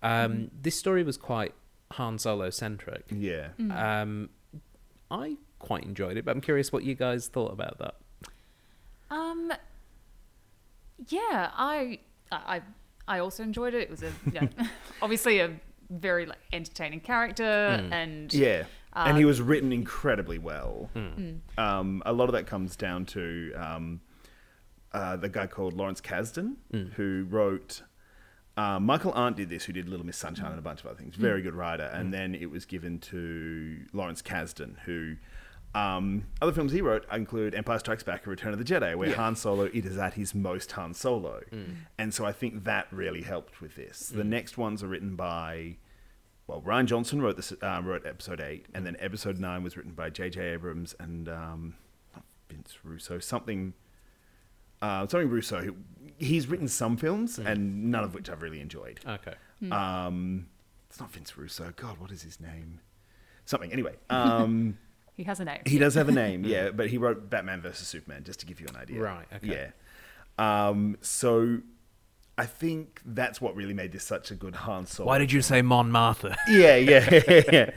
S1: Um, This story was quite Han Solo centric.
S2: yeah.
S1: Um, I quite enjoyed it, but I'm curious what you guys thought about that.
S3: Um, yeah, I, I, I also enjoyed it. It was a, you know, obviously a very like entertaining character, and
S2: Mm. Yeah. and he was written incredibly well. Um, a lot of that comes down to um, uh, the guy called Lawrence Kasdan, who wrote. Uh, Michael Arndt did this, who did Little Miss Sunshine and a bunch of other things. Very good writer. And then it was given to Lawrence Kasdan, who. Um, other films he wrote include Empire Strikes Back and Return of the Jedi, where Han Solo it is at his most Han Solo, and so I think that really helped with this. The next ones are written by well, Ryan Johnson wrote this, uh, wrote episode eight, and then episode nine was written by J.J. Abrams and um, not Vince Russo, something Uh, Tony Russo, who, he's written some films, and none of which I've really enjoyed.
S1: Okay.
S2: Um, it's not Vince Russo. God, what is his name? Something. Anyway, um,
S3: He has a name.
S2: he does have a name, yeah, but he wrote Batman versus Superman, just to give you an idea.
S1: Right, okay.
S2: Yeah. Um, so I think that's what really made this such a good Han Solo.
S1: Why did you say Mon Martha?
S2: yeah, yeah, yeah.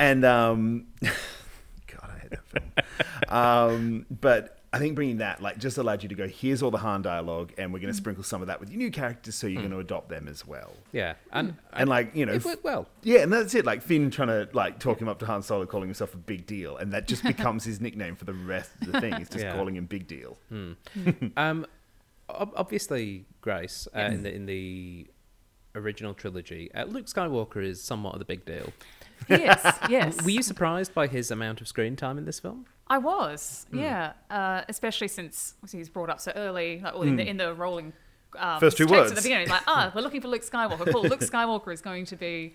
S2: And um, God, I hate that film. Um, but I think bringing that like just allowed you to go. Here's all the Han dialogue, and we're going
S1: Mm.
S2: to sprinkle some of that with your new characters, so you're going to adopt them as well.
S1: yeah, and
S2: And like you know,
S1: Mm. it worked well.
S2: yeah, and that's it. Like Finn trying to like talk him up to Han Solo, calling himself a big deal, and that just becomes his nickname for the rest of the thing. It's just
S1: Yeah. Hmm.
S2: calling him Big Deal.
S1: Um, ob- obviously, Grace uh, in the in the original trilogy, uh, Luke Skywalker is somewhat of the big deal.
S3: yes, yes.
S1: Were you surprised by his amount of screen time in this film?
S3: I was,
S2: Mm.
S3: yeah. Uh, especially since obviously he's brought up so early, like, or in, the, in the rolling um,
S2: Mm. First two
S3: text
S2: words.
S3: at the beginning, like, ah, we're looking for Luke Skywalker. Cool, Luke Skywalker is going to be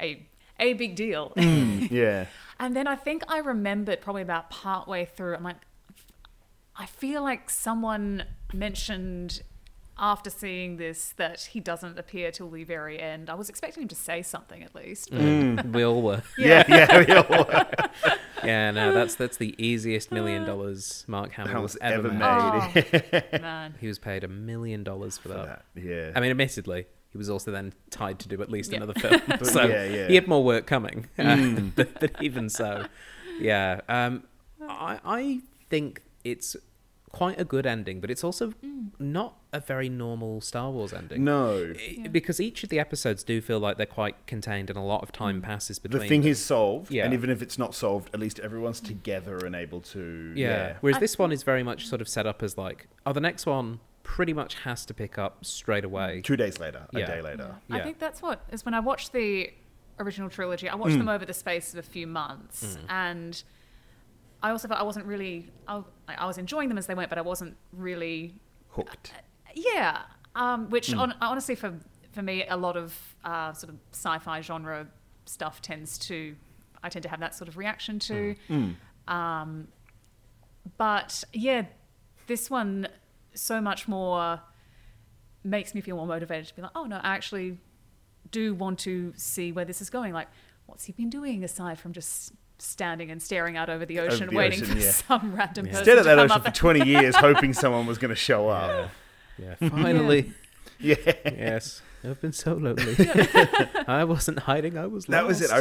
S3: a a big deal.
S2: Yeah,
S3: And then I think I remembered probably about partway through. I'm like, I feel like someone mentioned after seeing this that he doesn't appear till the very end. I was expecting him to say something at least. but-
S1: we all were.
S2: yeah, yeah. we all-
S1: Yeah, no, that's that's the easiest million dollars Mark Hamill
S2: That
S1: was
S2: was
S1: ever,
S2: ever
S1: made.
S2: made.
S3: Oh, man.
S1: He was paid a million dollars for that.
S2: That, yeah.
S1: I mean, admittedly, he was also then tied to do at least
S3: Yeah.
S1: another film, so
S2: yeah, yeah. Hmm.
S1: he had more work coming. Uh, but, but even so, yeah, um, I, I think it's quite a good ending, but it's also not a very normal Star Wars ending.
S2: no,
S1: I- Because each of the episodes do feel like they're quite contained, and a lot of time passes
S2: the
S1: between.
S2: thing
S1: them.
S2: is solved,
S1: Yeah.
S2: and even if it's not solved, at least everyone's together and able to.
S1: Yeah.
S2: Yeah,
S1: Whereas
S3: I-
S1: this one is very much sort of set up as like, oh, the next one pretty much has to pick up straight away.
S2: two days later,
S1: Yeah.
S2: a day later.
S1: Yeah.
S3: I think that's what is when I watched the original trilogy. I watched them over the space of a few months, and I also felt I wasn't really. I, I was enjoying them as they went, but I wasn't really
S2: Hooked.
S3: Yeah, um, which
S2: Hmm.
S3: on, honestly, for for me, a lot of uh, sort of sci-fi genre stuff tends to, I tend to have that sort of reaction to.
S2: Hmm.
S3: Um, but yeah, this one so much more makes me feel more motivated to be like, oh no, I actually do want to see where this is going. Like, what's he been doing aside from just standing and staring out over the ocean,
S2: the
S3: waiting
S2: ocean,
S3: for
S2: yeah.
S3: some random person
S2: Stared
S3: to
S2: at that
S3: come
S2: ocean
S3: up
S2: for 20 years, hoping someone was going to show up.
S1: Yeah. Finally.
S2: Yeah.
S1: yes. I've been so lonely. I wasn't hiding. I was.
S2: That was it.
S1: lost.
S2: I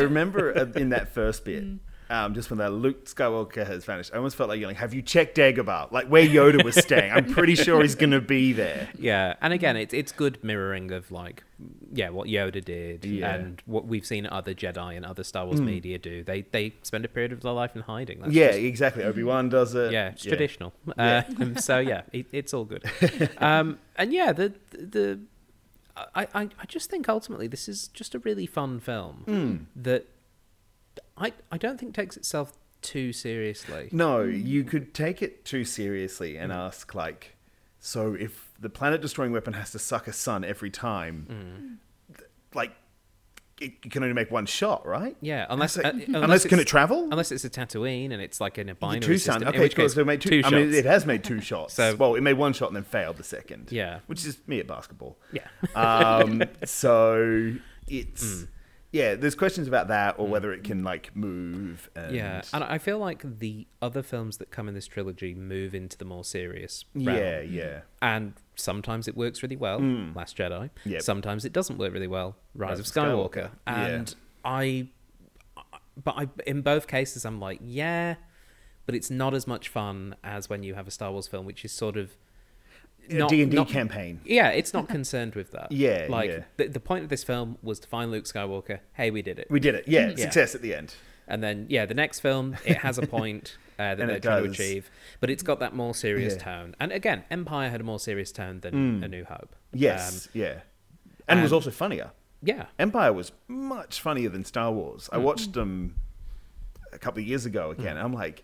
S2: remember uh, in that first bit,
S1: Mm.
S2: um, just when that Luke Skywalker has vanished, I almost felt like yelling, Have you checked Dagobah? Like where Yoda was staying. I'm pretty sure he's going to be there.
S1: Yeah, and again, it's it's good mirroring of like, yeah, what Yoda did,
S2: Yeah. Mm.
S1: and what we've seen other Jedi and other Star Wars media do. They they spend a period of their life in hiding. That's
S2: yeah,
S1: just- Mm.
S2: exactly. Obi Wan does it.
S1: yeah, it's traditional. Um, so yeah, it, it's all good. Um, and yeah, the the I, I I just think ultimately this is just a really fun film
S2: Mm.
S1: that I I don't think takes itself too seriously.
S2: No, you could take it too seriously
S1: Mm.
S2: and ask, like, so if the planet destroying weapon has to suck a sun every time,
S1: Mm.
S2: th- like, it you can only make one shot, right?
S1: Yeah, unless
S2: It's like,
S1: uh,
S2: unless, can
S1: it's-
S2: it travel?
S1: Unless it's a Tatooine and it's like in a binary
S2: two
S1: system.
S2: sun.
S1: in
S2: Okay,
S1: which
S2: cool.
S1: case,
S2: So it made two. I
S1: shots.
S2: mean, it has made two shots.
S1: So-
S2: well, it made one shot and then failed the second.
S1: Yeah.
S2: which is me at basketball.
S1: Yeah.
S2: Um, so it's
S1: Hmm.
S2: yeah. There's questions about that, or whether it can like move. And,
S1: yeah, and I feel like the other films that come in this trilogy move into the more serious realm.
S2: yeah, yeah.
S1: and sometimes it works really well last jedi
S2: Yep.
S1: sometimes it doesn't work really well rise
S2: Rise
S1: of
S2: of
S1: skywalker,
S2: Skywalker. Yeah.
S1: and i but i in both cases i'm like yeah but it's not as much fun as when you have a star wars film which is sort of
S2: A Uh, D and D campaign.
S1: yeah it's not concerned with that
S2: Yeah,
S1: like
S2: yeah.
S1: The, the point of this film was to find luke skywalker hey we did it
S2: We did it. Yeah,
S1: Yeah.
S2: success at the end.
S1: and then, yeah, the next film, it has a point uh, that
S2: And
S1: they're
S2: it
S1: trying to
S2: does.
S1: achieve, but it's got that more serious
S2: Yeah. Hmm.
S1: tone. And again, Empire had a more serious tone than A New Hope.
S2: Yes,
S1: Um,
S2: yeah, and, it was
S1: and-
S2: also funnier.
S1: yeah.
S2: Empire was much funnier than Star Wars.
S1: Mm-hmm.
S2: I watched them a couple of years ago again. and I'm like,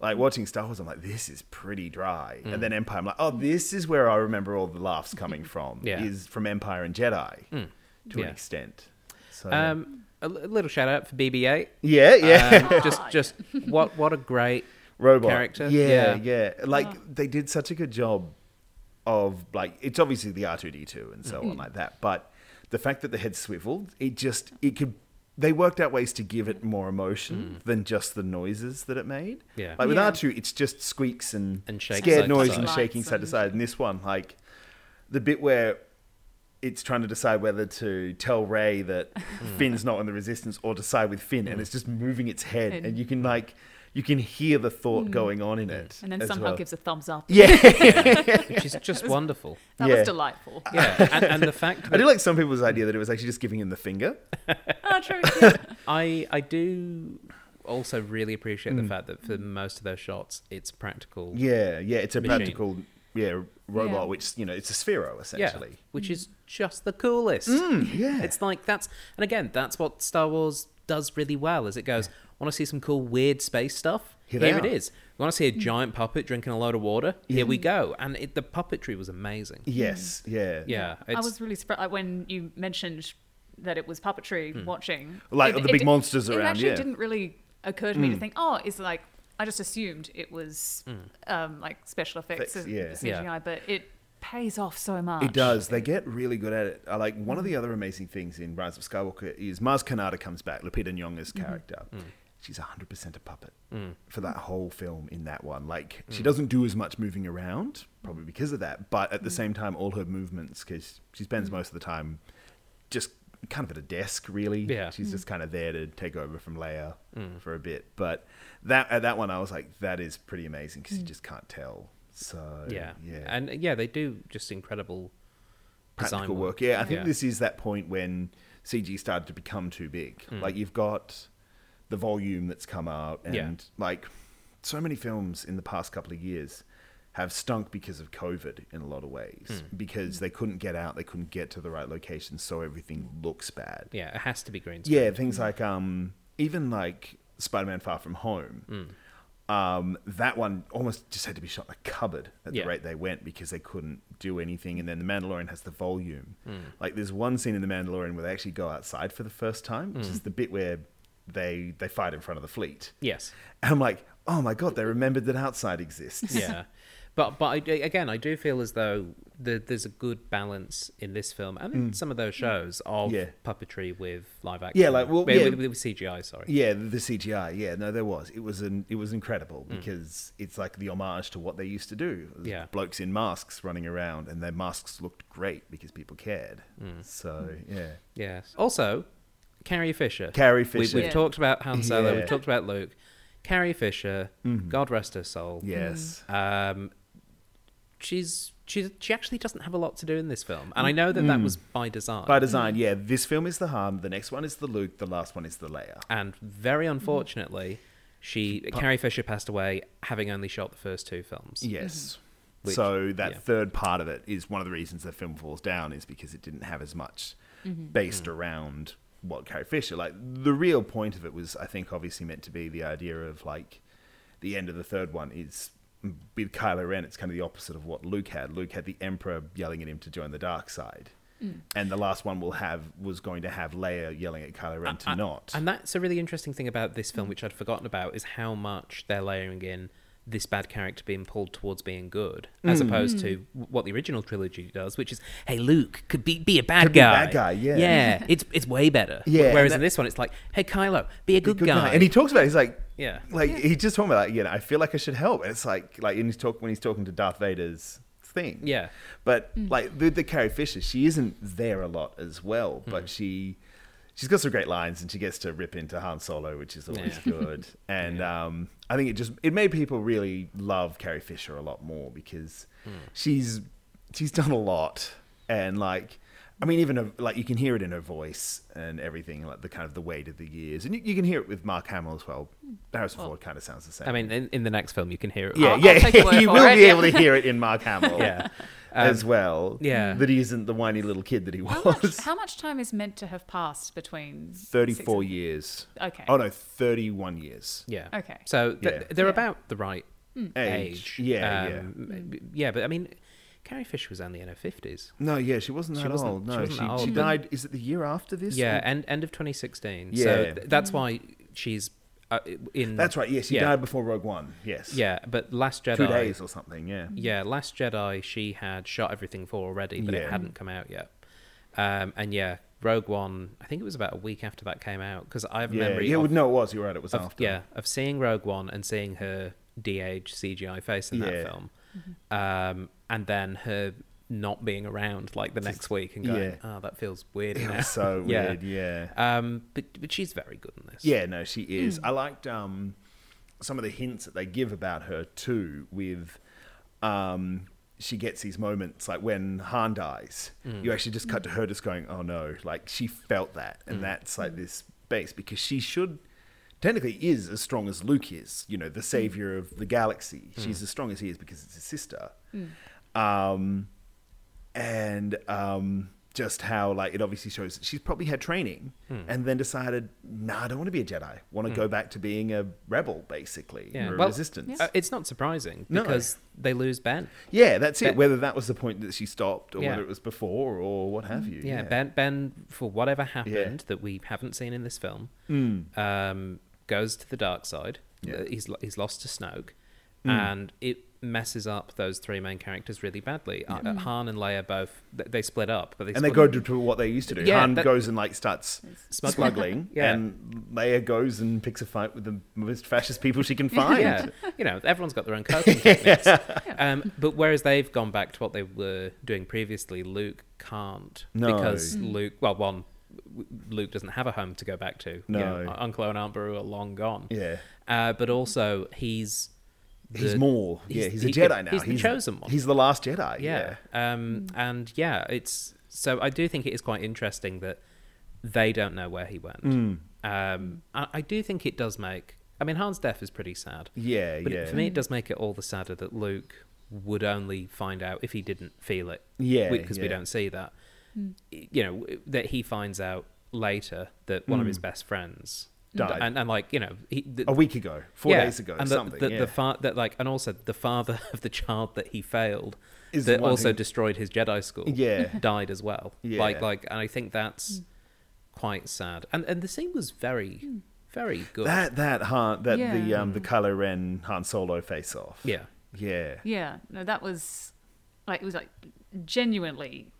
S2: like watching Star Wars, I'm like, this is pretty dry.
S1: Mm.
S2: And then Empire, I'm like, oh, this is where I remember all the laughs coming from.
S1: Yeah. Mm.
S2: Is from Empire and Jedi to
S1: Yeah.
S2: an extent. So
S1: Um, a l- little shout out for BB-8.
S2: yeah, yeah,
S1: Um, just, just what, what a great
S2: robot
S1: character?
S2: Yeah, yeah.
S1: Yeah.
S2: Like
S3: Uh-huh.
S2: they did such a good job of like it's obviously the R two D two and so
S3: Mm-hmm.
S2: on like that, but the fact that the head swiveled, it just it could. They worked out ways to give it more emotion than just the noises that it made.
S1: Mm. Yeah.
S2: like with
S3: Yeah.
S2: R two, it's just squeaks and,
S1: And shakes side
S2: scared
S1: to
S2: noise
S1: side.
S2: and shaking
S3: Lights
S2: side to
S3: and-
S2: side. And this one, like the bit where it's trying to decide whether to tell Ray that
S3: Hmm.
S2: Finn's not in the resistance or to side with Finn, and it's just moving its head,
S3: Head.
S2: and you can like you can hear the thought going on in it,
S3: Hmm. And then
S2: as
S3: somehow
S2: well.
S3: gives a thumbs up.
S2: yeah.
S1: which is just wonderful.
S3: That
S2: Yeah.
S3: was delightful.
S1: Yeah, and, and the fact
S2: I
S1: that
S2: do like some
S3: Hmm.
S2: people's idea that it was actually just giving him the finger.
S3: Ah, true. yeah.
S1: I I do also really appreciate the fact that for most of those shots, it's practical.
S2: Hmm. Yeah, yeah, it's a
S1: Machine.
S2: practical yeah robot,
S3: Yeah.
S2: which you know it's a sphero
S1: Yeah,
S2: essentially. Hmm.
S1: which is just the coolest.
S2: yeah.
S1: It's like that's and again that's what Star Wars does really well. Is it goes want to see some cool weird space stuff?
S2: Here
S1: Here,
S2: they
S1: it
S2: are. Mm.
S1: is. You want to see a giant puppet drinking a load of water? Here we go. And it, the puppetry was amazing.
S2: Yes,
S3: Hmm.
S2: yeah,
S1: Yeah,
S3: I
S1: it's-
S3: was really surprised like, when you mentioned that it was puppetry
S1: Hmm.
S3: watching.
S2: Like,
S3: it,
S2: the big
S3: it-
S2: monsters
S3: It
S2: around,
S3: actually
S2: yeah. Hmm.
S3: didn't really occur to me to think, oh, it's like, I just assumed it was um, like special effects,
S2: Effects,
S3: and
S2: yeah.
S3: CGI,
S1: Hmm. Yeah.
S3: but it pays off so much.
S2: It does. They get really good at it. I like one of the other amazing things in Rise of Skywalker is Mars Kanata comes back, Lupita Nyong'o's
S1: Mm-hmm.
S2: character.
S1: Mm.
S2: She's 100% a puppet for that whole film in that one. Like
S1: Mm.
S2: she doesn't do as much moving around, probably because of that, but
S1: Mm.
S2: at the same time all her movements cuz she spends most of the time just kind of at a desk really.
S1: Yeah. Mm.
S2: She's just kind of there to take over from Leia for a bit. But that at that one I was like that is pretty amazing cuz you just can't tell. So
S1: Mm. yeah,
S2: yeah
S1: and yeah, they do just incredible design
S2: practical work. Yeah, I think
S1: Yeah.
S2: this is that point when CG started to become too big.
S1: Hmm.
S2: Like you've got the volume that's come out, and
S1: Yeah.
S2: like so many films in the past couple of years have stunk because of COVID in a lot of ways
S1: Hmm.
S2: because they couldn't get out, they couldn't get to the right locations, so everything looks bad.
S1: Yeah, it has to be green screen.
S2: Yeah, things like um, even like Spider-Man: Far From Home.
S1: Mm.
S2: Um, that one almost just had to be shot in a cupboard at
S1: Yeah.
S2: the rate they went because they couldn't do anything. And then The Mandalorian has the volume.
S1: Mm.
S2: Like there's one scene in The Mandalorian where they actually go outside for the first time,
S1: Mm.
S2: which is the bit where they they fight in front of the fleet.
S1: Yes.
S2: And I'm like, oh my god, they remembered that outside exists.
S1: yeah but but I, do- again i do feel as though the, there's a good balance in this film and in some of those shows of
S2: Hmm. Yeah.
S1: puppetry with live action
S2: Yeah, like, well,
S1: with,
S2: yeah.
S1: with, with cgi sorry
S2: Yeah, the the CGI. Yeah, no, there was. It was an, it was incredible because it's like the homage to what they used to do. It was
S1: Mm. Yeah.
S2: blokes in masks running around, and their masks looked great because people cared.
S1: Mm.
S2: So yeah,
S1: yes also carrie fisher we,
S2: Carrie Fisher.
S1: we've
S3: Yeah.
S1: talked about han solo
S2: Yeah. Mm-hmm.
S1: we've talked about luke carrie fisher god rest her soul
S2: yes,
S1: um she's she's she actually doesn't have a lot to do in this film and i know that that was by design
S2: Mm. by design.
S1: mm.
S2: Yeah, this film is the harm. The next one is the Luke. The last one is the Leia.
S1: and very unfortunately she carrie fisher passed away having only shot the first two films
S2: Yes.
S1: Which-
S2: so that
S1: yeah.
S2: third part of it is one of the reasons the film falls down is because it didn't have as much based
S1: Mm.
S2: around what Carrie Fisher like the real point of it was I think obviously meant to be the idea of like the end of the third one is with Kylo Ren it's kind of the opposite of what Luke had Luke had the Emperor yelling at him to join the dark side and the last one will have was going to have Leia yelling at Kylo Ren to not
S1: And that's a really interesting thing about this
S2: Mm.
S1: film, which I'd forgotten about, is how much they're layering in this bad character being pulled towards being good, as
S2: Mm.
S1: opposed to what the original trilogy does, which is, hey, Luke could be be a bad
S2: be a
S1: guy.
S2: bad guy, yeah.
S1: Yeah, it's it's way better.
S2: Yeah,
S1: Whereas
S2: and
S1: in
S2: that-
S1: this one, it's like, hey, Kylo, be a good,
S2: good
S1: guy.
S2: And he talks about it. He's like,
S1: Yeah.
S2: like he's just talking about like, you know, I feel like I should help. And it's like, like, and he's talk when he's talking to Darth Vader's thing.
S1: Yeah.
S2: But like the, the Carrie Fisher, she isn't there a lot as well,
S3: Mm.
S2: but she. She's got some great lines, and she gets to rip into Han Solo, which is always good. And um, I think it just it made people really love Carrie Fisher a lot more because
S3: Hmm.
S2: she's she's done a lot, and like I mean, even her, like you can hear it in her voice and everything, like the kind of the weight of the years, and you, you can hear it with Mark Hamill as well. Harrison Ford kind of sounds the same.
S1: I mean, in, in the next film, you can hear it.
S2: yeah,
S3: I'll- I'll
S2: yeah,
S3: take your word
S2: you
S3: for
S2: will
S3: it,
S2: be
S3: yeah.
S2: able to hear it in Mark Hamill,
S1: Yeah.
S2: as well.
S1: yeah.
S2: that he isn't the whiny little kid that he
S3: How much,
S2: was.
S3: how much time is meant to have passed between six
S2: Thirty-four
S3: and-
S2: years.
S3: Okay.
S2: Oh no, thirty-one years.
S1: Yeah.
S3: Okay.
S1: So th-
S2: Yeah.
S1: they're
S3: Yeah.
S1: about the right Hmm. age. Um,
S2: Age. Yeah,
S1: yeah. Yeah, but I mean, Carrie Fisher was only in her 50s.
S2: No, yeah, she wasn't
S1: She
S2: that
S1: wasn't-
S2: old.
S1: she
S2: No, she,
S1: wasn't
S2: she,
S1: that old, but-
S2: died. Is it the year after this?
S1: Yeah, and end of 2016.
S2: Yeah.
S1: So th- that's why she's uh, in
S2: That's right. Yes, he
S1: yeah,
S2: died before Rogue One. Yes.
S1: Yeah, but Last Jedi.
S2: Two days or something. Yeah.
S1: Yeah, Last Jedi. She had shot everything for already, but it
S2: Yeah.
S1: hadn't come out yet. Um, and yeah, Rogue One. I think it was about a week after that came out because I have a
S2: Yeah.
S1: memory.
S2: yeah
S1: of,
S2: well, no, it was. You're right. It was
S1: of
S2: after.
S1: yeah of seeing Rogue One and seeing her DH CGI face in that
S2: Yeah.
S1: film, um, and then her not being around like the next week and going,
S2: yeah.
S1: oh, that feels weird.
S2: It
S1: now."
S2: was so
S1: Yeah.
S2: weird. Yeah.
S1: Um, but but she's very good in this.
S2: Yeah, no, she is. I liked um, some of the hints that they give about her too. With um, she gets these moments like when Han dies, you actually just cut to her just going, "Oh no!" Like she felt that, and that's like this base because she should technically is as strong as Luke is. You know, the savior of the galaxy. She's as strong as he is because it's his sister. Um, and um, just how like it obviously shows that she's probably had training
S1: Hmm.
S2: and then decided, nah, I don't want to be a Jedi. Want to go back to being a rebel, basically,
S1: Yeah.
S2: or a
S1: Well,
S2: resistance.
S1: uh, it's not surprising
S2: No.
S1: because they lose Ben.
S2: yeah, that's
S1: Ben-
S2: it. Whether that was the point that she stopped, or
S1: Yeah.
S2: whether it was before, or what have you.
S1: yeah, Ben Ben for whatever happened that we haven't seen in this film, um, goes to the dark side.
S2: Hmm.
S1: Uh,
S2: Yeah. Hmm.
S1: He's lo- he's lost to Snoke, and it messes up those three main characters really badly. Uh, Han and Leia both th- they split up, but they
S2: And they go
S1: split-
S2: to, to what they used to do.
S1: Yeah,
S2: Han
S1: that-
S2: goes and like starts
S1: Smuggling.
S2: smuggling,
S1: Yeah.
S2: and Leia goes and picks a fight with the most fascist people she can find.
S1: Yeah, you know, everyone's got their own coping techniques. Um, but whereas they've gone back to what they were doing previously, Luke can't
S2: No.
S1: because Luke, well, one, w- Luke doesn't have a home to go back to. You
S2: No.
S1: know, Uncle and Aunt Beru are long gone.
S2: Yeah.
S1: uh, but also he's
S2: He's
S1: the-
S2: more. yeah, he's a
S1: he-
S2: Jedi now.
S1: He's, the chosen one.
S2: He's the last Jedi.
S1: yeah. Um, and yeah, it's so I do think it is quite interesting that they don't know where he went.
S2: Mm.
S1: Um, I, I do think it does make. I mean, Han's death is pretty sad.
S2: Yeah,
S1: But it-
S2: yeah.
S1: for me, it does make it all the sadder that Luke would only find out if he didn't feel it.
S2: Yeah,
S1: Because we
S2: yeah.
S1: don't see that. You know, w- that he finds out later that one of his best friends
S2: Hmm. Died.
S1: di- And, and like, you know, he, the,
S2: a week ago, four
S1: yeah,
S2: days ago,
S1: and the,
S2: something.
S1: The,
S2: yeah.
S1: the fa- that like, and also the father of the child that he failed,
S2: Is
S1: that
S2: the one
S1: also
S2: who-
S1: destroyed his Jedi school,
S2: Yeah.
S1: died as well. Like,
S2: Yeah.
S1: like, and I think that's quite sad. And and the scene was very, very good.
S2: that that Han, that the
S3: Yeah.
S2: um the Kylo Ren Han Solo face off.
S1: yeah,
S2: yeah,
S3: Yeah, no, that was like it was like genuinely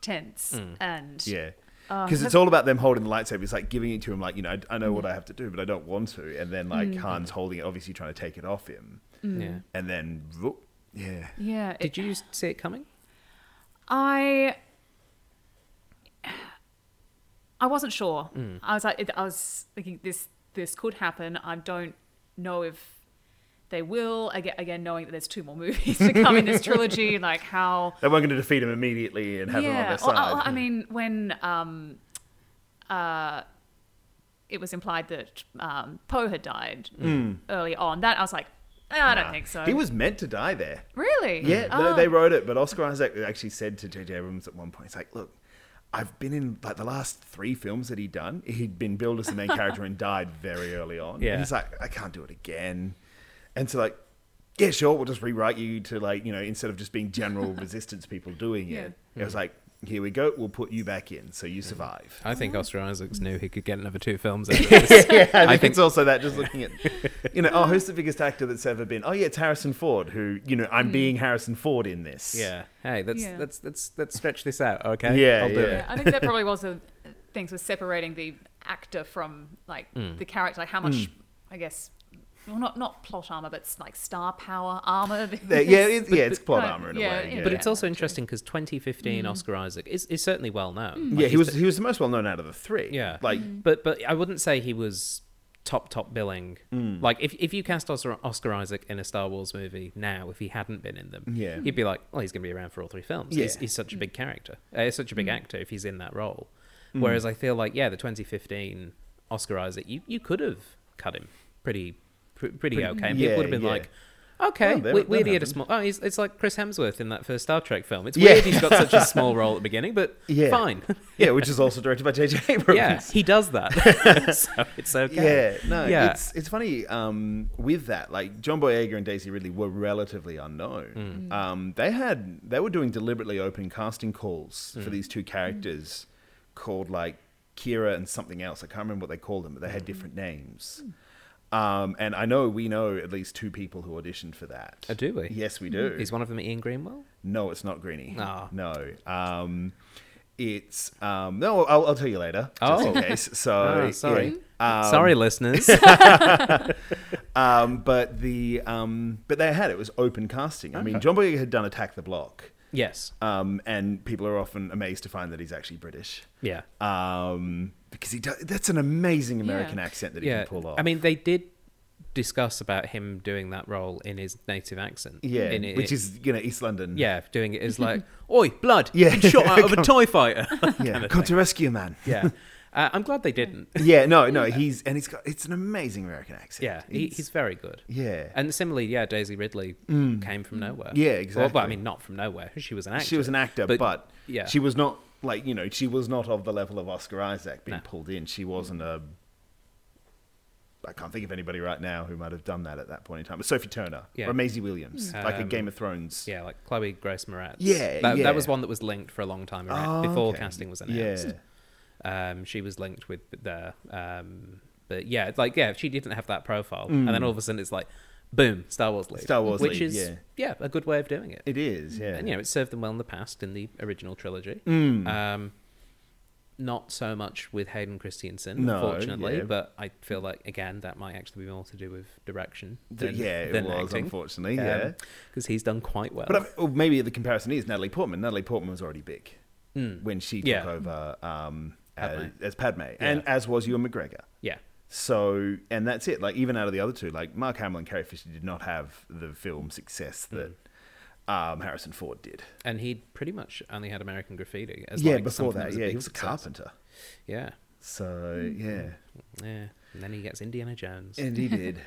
S3: tense
S1: Hmm.
S3: and
S2: Hmm. yeah.
S3: Oh,
S2: Because it's all about them holding the lightsaber. It's like giving it to him, like you know, I, I know what I have to do, but I don't want to. And then
S3: Mm.
S2: like Han's holding it, obviously trying to take it off him,
S1: yeah.
S2: and then whoop, yeah,
S3: yeah. it-
S1: Did you see it coming?
S3: I I wasn't sure.
S2: Mm.
S3: I was like, it- I was thinking this this could happen. I don't know if they will. Again, again, knowing that there's two more movies to come in this trilogy, like how
S2: they weren't going to defeat him immediately and have him on their
S3: or- or-
S2: side.
S3: Oh, I mean, when um, uh, it was implied that um, Poe had died early on, that I was like, "Ah, I don't
S2: Mm. Nah.
S3: think so.
S2: He was meant to die there.
S3: really,
S2: Yeah,
S3: Oh.
S2: they, they wrote it, but Oscar Isaac actually said to J.J. Abrams at one point, "He's like, look, I've been in like the last three films that he'd done. He'd been billed as the main character and died very early on.
S1: Yeah.
S2: and he's like, I can't do it again. And so like, yeah, sure, we'll just rewrite you to like, you know, instead of just being general resistance people doing
S3: Yeah.
S2: it, it was like, here we go, we'll put you back in, so you survive.
S1: I think Oscar Isaacs knew he could get another two films. Out of this.
S2: Yeah, I think,
S1: think-
S2: it's also that just looking at, you know, oh, who's the biggest actor that's ever been? Oh, yeah, it's Harrison Ford, who, you know, I'm being Harrison Ford in this.
S1: Hmm. yeah. Hey, let's
S3: Yeah.
S1: let's let's let's stretch this out. Okay.
S2: Yeah,
S1: I'll do
S2: yeah.
S1: it.
S3: Yeah, I think that probably was the things was separating the actor from like
S1: Hmm.
S3: the character, like how much I guess well not not plot armor, but s- like star power armor.
S2: There- yeah, it's, yeah, it's plot
S3: Right,
S2: armor in
S3: yeah,
S2: a way.
S3: yeah.
S2: Yeah.
S1: uh, But it's also
S3: actually.
S1: interesting because 2015 Oscar Isaac is, is certainly well known. Like,
S2: Mm. yeah, he
S1: he's
S2: was he was the most well known out of the three.
S1: Yeah. Mm-hmm.
S2: like
S1: but but I wouldn't say he was top top billing.
S2: Mm.
S1: Like if if you cast Oscar, Oscar Isaac in a Star Wars movie now, if he hadn't been in them,
S2: Yeah.
S1: you'd be like, well, he's going to be around for all three films. He's,
S2: Yeah. Mm.
S1: he's such a big character. Uh, he's such a big actor if he's in that role.
S2: Mm.
S1: Whereas I feel like yeah, the 2015 Oscar Isaac, you you could have cut him pretty pr- pretty okay. And people
S2: yeah,
S1: would have been
S2: yeah.
S1: like. Okay,
S2: Oh, that-
S1: we,
S2: that
S1: weird he had a small.
S2: happened.
S1: Oh, he's, it's like Chris Hemsworth in that first Star Trek film. It's
S2: Yeah.
S1: weird he's got such a small role at the beginning, but
S2: yeah,
S1: fine.
S2: yeah, which is also directed by J.J. Abrams.
S1: Yeah, he does that. so it's okay.
S2: Yeah, no,
S1: Yeah.
S2: it's it's funny um, with that. Like John Boyega and Daisy Ridley were relatively
S1: Mm.
S2: unknown. Um, they had they were doing deliberately open casting calls
S1: Mm.
S2: for these two characters
S1: Mm.
S2: called like Kira and something else. I can't remember what they called them, but they had different names. Um, and I know we know at least two people who auditioned for that.
S1: Oh, do we?
S2: Yes, we do.
S1: Is one of them Ian Greenwell?
S2: No, it's not Greeny.
S1: Ah.
S2: No. Um, it's um, no. I'll, I'll tell you later. Just
S1: Oh.
S2: in case. So
S1: Oh,
S2: Uh, yeah.
S1: sorry.
S2: Um,
S1: sorry, listeners.
S2: Um, but the um, but they had it was open casting. I mean, John Boyega had done Attack the Block,
S1: yes.
S2: um, and people are often amazed to find that he's actually British.
S1: Yeah.
S2: Um, because he does, that's an amazing American
S3: Yeah.
S2: accent that he
S1: Yeah.
S2: can pull off.
S1: I mean, they did discuss about him doing that role in his native accent.
S2: yeah,
S1: In it-
S2: which is you know East London.
S1: Yeah, doing it is like, oi, blood!
S2: Yeah.
S1: Yeah, shot out of a toy fighter.
S2: yeah. Come to rescue, man.
S1: yeah, uh, I'm glad they didn't.
S2: Yeah, no, no, he's and he's got it's an amazing American accent.
S1: Yeah, he,
S2: It's-
S1: he's very good.
S2: yeah. Mm.
S1: And similarly, yeah, Daisy Ridley came from nowhere.
S2: Yeah,
S1: Well, Well, I
S2: exactly.
S1: mean, not from nowhere. She was an actor.
S2: she was an actor, but,
S1: yeah,
S2: she was not like you know she was not of the level of Oscar Isaac being
S1: No.
S2: pulled in. She wasn't a. I can't think of anybody right now who might have done that at that point in time. But Sophie Turner
S1: Yeah.
S2: or Maisie Williams, like a
S1: Um,
S2: Game of Thrones.
S1: yeah, like Chloe Grace Moretz.
S2: Yeah,
S1: that,
S2: yeah.
S1: that was one that was linked for a long time
S2: Oh,
S1: around, before
S2: okay.
S1: casting was announced.
S2: Yeah.
S1: Um, she was linked with the, um, but yeah, it's like yeah, she didn't have that profile, and then all of a sudden it's like, boom, Star Wars League,
S2: Mm. Star Wars
S1: which
S2: League,
S1: is
S2: yeah.
S1: a good way of doing it.
S2: It is, yeah. Mm.
S1: and you know it served them well in the past in the original trilogy. Um, not so much with Hayden Christensen,
S2: No,
S1: unfortunately,
S2: yeah.
S1: but I feel like again that might actually be more to do with direction.
S2: Th-
S1: Than,
S2: yeah, it
S1: than
S2: was,
S1: acting. Um,
S2: unfortunately, yeah.
S1: because he's done quite well.
S2: But I mean, well, maybe the comparison is Natalie Portman. Natalie Portman was already big when she took
S1: Hmm. Yeah.
S2: over um, as,
S1: Padme.
S2: as Padme, and as was Ewan McGregor.
S1: yeah,
S2: So, and that's it. Like, even out of the other two, like Mark Hamill and Carrie Fisher did not have the film success that um, Harrison Ford did.
S1: and he pretty much only had American Graffiti. As
S2: yeah,
S1: like
S2: before
S1: something
S2: that,
S1: a
S2: yeah, he
S1: big
S2: was a
S1: success.
S2: carpenter. Hmm.
S1: Yeah,
S2: So, yeah,
S1: yeah, and then he gets Indiana Jones.
S2: and he did.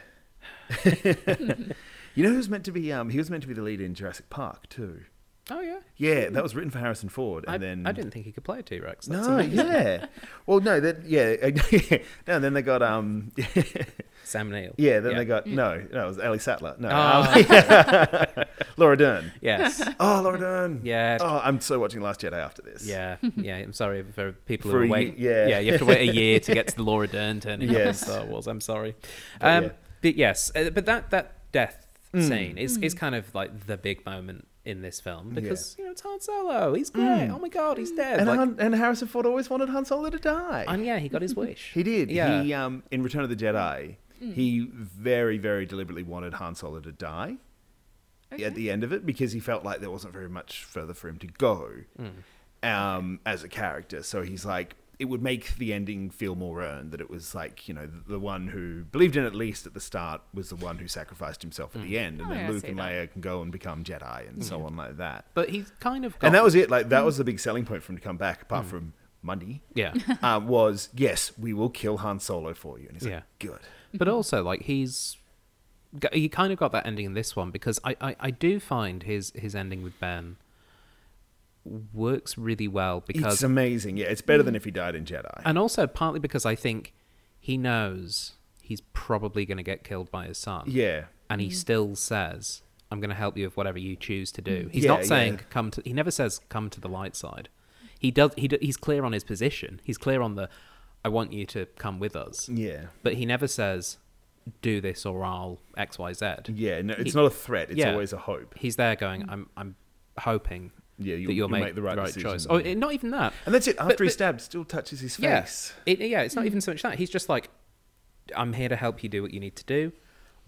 S2: you know who's meant to be? Um, he was meant to be the lead in Jurassic Park too.
S1: oh yeah,
S2: Yeah, that was written for Harrison Ford, and
S1: I,
S2: then
S1: I didn't think he could play a T Rex.
S2: No, yeah. Well, no, that yeah. no, then they got um,
S1: Sam Neill.
S2: yeah. Hmm. Ah. Then they got no, no, it was Ali Sattler. No,
S1: Oh.
S2: um, Laura Dern.
S1: Yes.
S2: Oh, Laura Dern.
S1: Yeah.
S2: Oh, I'm so watching Last Jedi after this.
S1: Yeah, yeah. I'm sorry for people
S2: For
S1: who
S2: a
S1: are waiting.
S2: ye- yeah.
S1: yeah, you have to wait a year to get to the Laura Dern turning up in
S2: Yes.
S1: Star Wars. I'm sorry,
S2: But
S1: um,
S2: yeah. Mm.
S1: but yes, uh, but that that death scene is is kind of like the big moment in this film because you know it's Han Solo. He's great. Oh my god, he's dead.
S2: Mm. And
S1: Like,
S2: Han, and Harrison Ford always wanted Han Solo to die.
S1: and yeah, he got his wish.
S2: he did.
S1: Yeah,
S2: He um in Return of the Jedi,
S3: Hmm.
S2: he very very deliberately wanted Han Solo to die.
S3: Okay.
S2: at the end of it because he felt like there wasn't very much further for him to go
S1: Hmm.
S2: um, as a character. So he's like, it would make the ending feel more earned that it was like, you know, the, the one who believed in it at least at the start was the one who sacrificed himself
S1: Hmm.
S2: at the end. And
S3: Oh,
S2: then
S3: yeah, I
S2: Luke
S3: see
S2: and
S3: that.
S2: Leia can go and become Jedi and so on like that.
S1: but he's kind of got.
S2: And that was it.
S1: Mm.
S2: Like, that was the big selling point for him to come back, apart from money.
S1: yeah.
S2: uh, was yes, we will kill Han Solo for you, and he's like,
S1: Yeah.
S2: "Good."
S1: but also like he's g- he kind of got that ending in this one because I, I, I do find his his ending with Ben works really well because Mm. Uh,
S2: It's amazing. Yeah, it's better than if he died in Jedi.
S1: and also partly because I think he knows he's probably going to get killed by his son.
S2: yeah,
S1: And he still says, "I'm going to help you with whatever you choose to do." He's
S2: Yeah,
S1: not saying
S2: yeah.
S1: come to. He never says come to the light side. He does. He do, he's clear on his position. He's clear on the. I want you to come with us.
S2: yeah.
S1: But he never says, "Do this or I'll X Y Z."
S2: Yeah, no, it's
S1: He-
S2: not a threat. It's
S1: yeah.
S2: always a hope.
S1: He's there going, "I'm I'm hoping
S2: Yeah, you'll-
S1: that you'll,
S2: you'll
S1: make, the right,
S2: decision.
S1: choice." Or eh, not even that.
S2: And that's it. After
S1: But-
S2: he
S1: but-
S2: stabs, still touches his face.
S1: Yes. It, yeah, it's not even so much that. He's just like, I'm here to help you do what you need to do.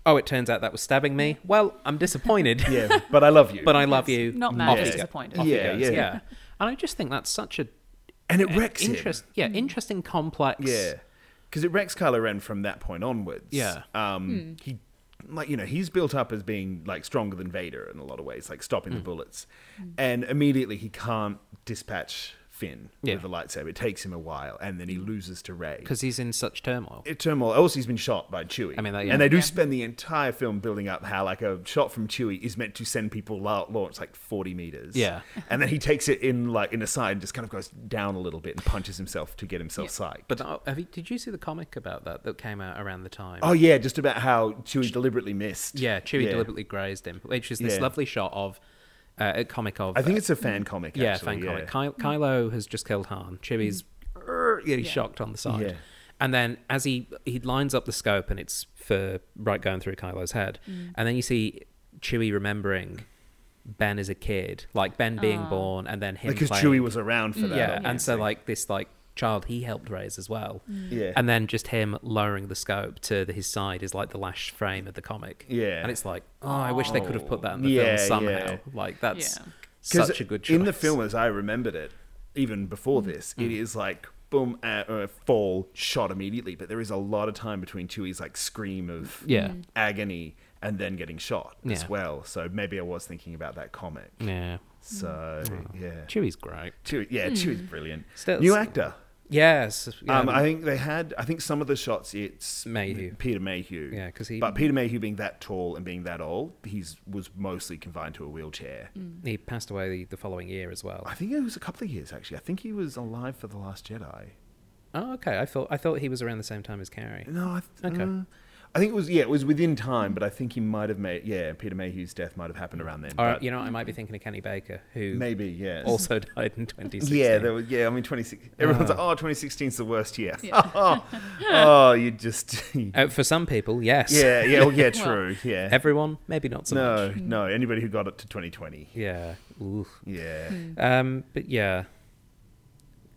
S1: Oh, it turns out that was stabbing me. Well, I'm disappointed,
S2: Yeah, but I love you.
S1: but I love you.
S3: not mad,
S1: Off
S2: but
S1: you go.
S3: disappointed.
S1: Off you
S2: Yeah,
S1: go.
S2: yeah.
S1: And I just think that's such a
S2: and it wrecks
S1: interest. Yeah, Eh,
S3: Mm.
S1: interesting, complex.
S2: him. Yeah, because it wrecks Kylo Ren from that point onwards.
S1: Yeah.
S2: um, he like you know he's built up as being like stronger than Vader in a lot of ways, like stopping
S1: Hmm.
S2: the bullets, and immediately he can't dispatch Finn
S1: Yeah.
S2: with the lightsaber. It takes him a while, and then he loses to Rey.
S1: because he's in such turmoil.
S2: it- turmoil. Also, he's been shot by Chewie.
S1: I mean, that- yeah.
S2: and they do spend the entire film building up how like a shot from Chewie is meant to send people la- launch like forty meters.
S1: Yeah.
S2: and then he takes it in like in a side and just kind of goes down a little bit and punches himself to get himself psyched.
S1: But uh, have you, did you see the comic about that that came out around the time?
S2: oh yeah, just about how Chewie deliberately missed.
S1: yeah, Chewie
S2: Yeah.
S1: deliberately grazed him, which is this
S2: Yeah.
S1: lovely shot of uh, a comic of.
S2: I think
S1: uh,
S2: it's a fan comic.
S1: Yeah,
S2: actually,
S1: fan comic. Ky- Kylo has just killed Han. Chewie's er, yeah, he's shocked on the side.
S2: Yeah.
S1: And then as he he lines up the scope and it's for right going through Kylo's head, and then you see Chewie remembering Ben as a kid, like Ben being born, and then him
S2: because
S1: playing.
S2: Chewie was around for that.
S1: yeah, and so
S2: obviously.
S1: like this like child he helped raise as well.
S2: Yeah.
S1: And then just him lowering the scope to the, his side is like the last frame of the comic.
S2: Yeah. Oh.
S1: And it's like, oh, I wish they could have put that in the
S2: Yeah,
S1: film somehow.
S2: yeah.
S1: Like that's
S3: Yeah.
S2: 'Cause
S1: such a good choice. Mm.
S2: in the film as I remembered it, even before this, it is like boom, uh, uh, fall, shot immediately. But there is a lot of time between Chewie's like scream of
S1: Yeah. Mm.
S2: agony and then getting shot
S1: Yeah. Mm.
S2: as well. So maybe I was thinking about that comic.
S1: Yeah.
S2: So yeah,
S1: Chewie's great.
S2: Chewie, yeah, Chewie's brilliant.
S1: Mm. Still-
S2: New actor.
S1: Yes. Yeah,
S2: Um, I think they had. I think some of the shots it's
S1: Mayhew.
S2: Peter Mayhew.
S1: Yeah, 'cause he-
S2: But Peter Mayhew being that tall and being that old, he's was mostly confined to a wheelchair.
S3: Mm.
S1: he passed away the, the following year as well.
S2: I think it was a couple of years actually. I think he was alive for the Last Jedi.
S1: Oh, okay. I thought I thought he was around the same time as Carrie.
S2: No, I th-
S1: Okay.
S2: uh, I think it was yeah, it was within time, but I think he might have made yeah, Peter Mayhew's death might have happened around then.
S1: Or
S2: but
S1: you know, I might be thinking of Kenny Baker, who
S2: maybe yeah.
S1: also died in 2016.
S2: yeah, there was, yeah. I mean, twenty six. Everyone's
S1: Ah.
S2: like, "Oh, 2016's the worst year."
S3: Yeah.
S2: oh, oh, you just,
S1: Uh, for some people, yes.
S2: yeah, yeah, well, yeah,
S3: Well,
S2: true, yeah.
S1: Everyone, maybe not so much.
S2: no,
S3: Hmm.
S2: no. Anybody who got it to 2020,
S1: Yeah. Oof.
S2: yeah,
S3: Hmm.
S1: Um, but yeah,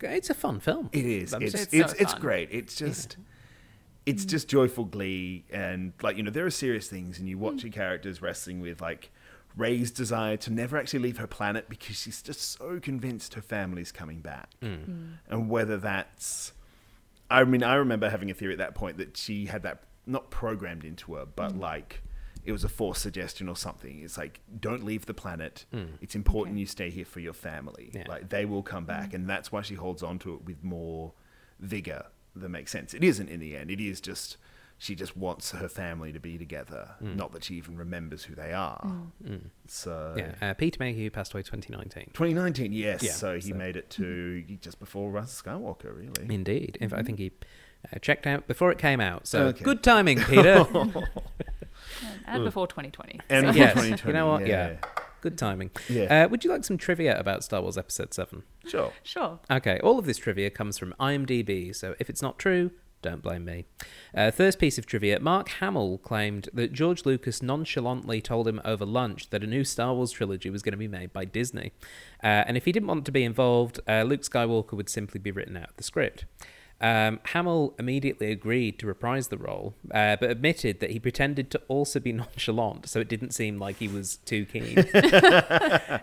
S1: it's a fun film.
S2: it is.
S1: I'm
S2: It's
S1: just-
S2: it's
S3: so
S2: it's,
S3: fun. Hmm.
S2: great. It's just. It's just joyful glee, and like you know, there are serious things, and you watch
S3: Hmm.
S2: your characters wrestling with like Ray's desire to never actually leave her planet because she's just so convinced her family's coming back,
S1: Hmm.
S3: Hmm.
S2: and whether that's I mean, I remember having a theory at that point that she had that not programmed into her,
S1: Mm.
S2: but like it was a forced suggestion or something. It's like, don't leave the planet. It's important you stay here for your family.
S1: Mm. Yeah. Mm.
S2: Like they will come back, and that's why she holds on to it with more vigor. That makes sense. It isn't in the end. It is just she just wants her family to be together.
S1: Mm.
S2: Not that she even remembers who they are. Mm. So
S1: yeah, uh, Peter Mayhew passed away 2019.
S2: 2019, yes.
S1: Yeah,
S2: so he
S1: so-
S2: made it to just before Rise of Skywalker, really.
S1: Indeed, if I think he uh, checked out before it came out. So
S2: Mm-hmm. Okay.
S1: good timing, Peter. Hmm.
S3: and before 2020.
S2: And
S3: so-
S2: before
S1: yes,
S2: 2020,
S1: you know what? Yeah,
S2: yeah.
S1: good timing.
S2: Yeah.
S1: Uh, would you like some trivia about Star Wars Episode Seven?
S2: Sure.
S3: sure.
S1: Okay, all of this trivia comes from IMDb, so if it's not true, don't blame me. Uh, first piece of trivia Mark Hamill claimed that George Lucas nonchalantly told him over lunch that a new Star Wars trilogy was going to be made by Disney. Uh, and if he didn't want to be involved, uh, Luke Skywalker would simply be written out of the script. Um, Hamill immediately agreed to reprise the role, uh, but admitted that he pretended to also be nonchalant, so it didn't seem like he was too keen.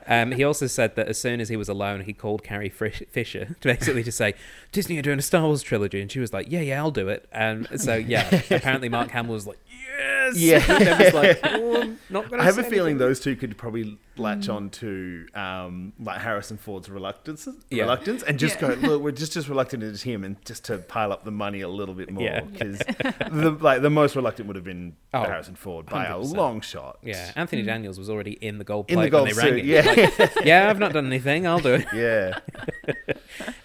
S1: Um, he also said that as soon as he was alone, he called Carrie Frish- Fisher to basically to say, Disney are doing a Star Wars trilogy. And she was like, Yeah, yeah, I'll do it. And so, yeah, apparently Mark Hamill was like, Yes.
S2: Yeah.
S1: And then was like, "Oh, I'm not gonna
S2: I have a
S1: say Mm.
S2: feeling
S1: anything."
S2: those two could probably latch on to um, like Harrison Ford's reluctance,
S1: Yeah.
S2: reluctance, and just
S3: Yeah.
S2: go. Look, we're just just reluctant as him, and just to pile up the money a little bit more
S1: Yeah.
S2: because the like the most reluctant would have been
S1: Oh,
S2: Harrison Ford by a
S1: 100%.
S2: long shot.
S1: Yeah. Anthony Daniels was already in the gold
S2: Hmm. in
S1: plate
S2: the gold
S1: when they rang
S2: suit.
S1: him.
S2: Yeah,
S1: yeah, I've not done anything. I'll do it.
S2: yeah.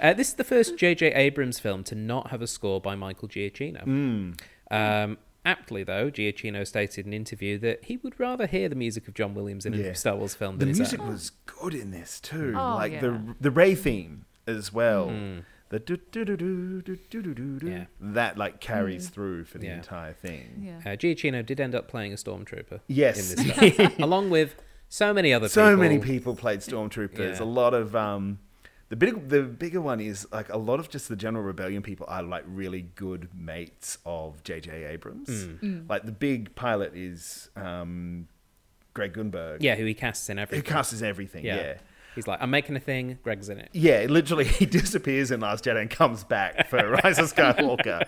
S1: Uh, this is the first J.J. Abrams film to not have a score by Michael Giacchino.
S2: Hmm.
S1: Um, aptly, though, Giacchino stated in an interview that he would rather hear the music of John Williams in
S2: Yeah.
S1: a Star Wars film
S2: The
S1: than his
S2: music
S1: own.
S2: was good in this too,
S3: Oh,
S2: like
S3: yeah.
S2: the the Ray theme as well. The do do do do do do do do
S1: Mm. Yeah. Mm.
S2: that like carries through for the
S1: Yeah.
S2: entire thing.
S3: Yeah.
S1: Uh, Giacchino did end up playing a stormtrooper.
S2: Yes.
S1: in this film, along with so many other
S2: so
S1: people.
S2: many people played stormtroopers.
S1: Yeah.
S2: A lot of um, the big, the bigger one is like a lot of just the general rebellion people are like really good mates of J.J. Abrams.
S1: Hmm.
S2: Like the big pilot is um, Greg Gunberg.
S1: Yeah, who he casts in
S2: who
S1: everything.
S2: casts everything. Yeah.
S1: yeah.
S2: yeah.
S1: he's like, I'm making a thing. Greg's in it.
S2: literally, he disappears in Last Jedi and comes back for Rise of Skywalker.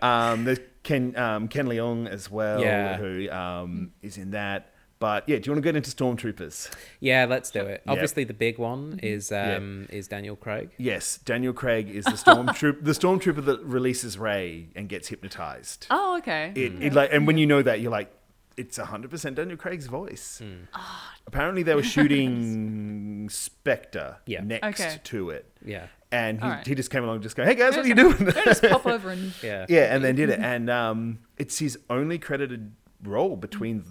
S2: Um, there's Ken um, Ken Leong as well,
S1: Yeah.
S2: who um, is in that. But yeah, do you want to get into stormtroopers?
S1: Yeah, let's do it. Obviously, the big one is um, is Daniel Craig.
S2: Yes, Daniel Craig is the stormtrooper, the stormtrooper that releases Ray and gets hypnotized.
S3: Oh, okay.
S2: It, it like, and when you know that, you're like, it's 100% Daniel Craig's voice.
S1: Hmm.
S3: Oh.
S2: Apparently, they were shooting Spectre
S1: Yeah.
S2: next
S3: Okay.
S2: to it,
S1: Yeah,
S2: and he,
S3: Alright.
S2: he just came along, and just going, "Hey guys, what are you doing?"
S3: They'll just pop over and
S1: yeah,
S2: yeah, and then did it, and um, it's his only credited role between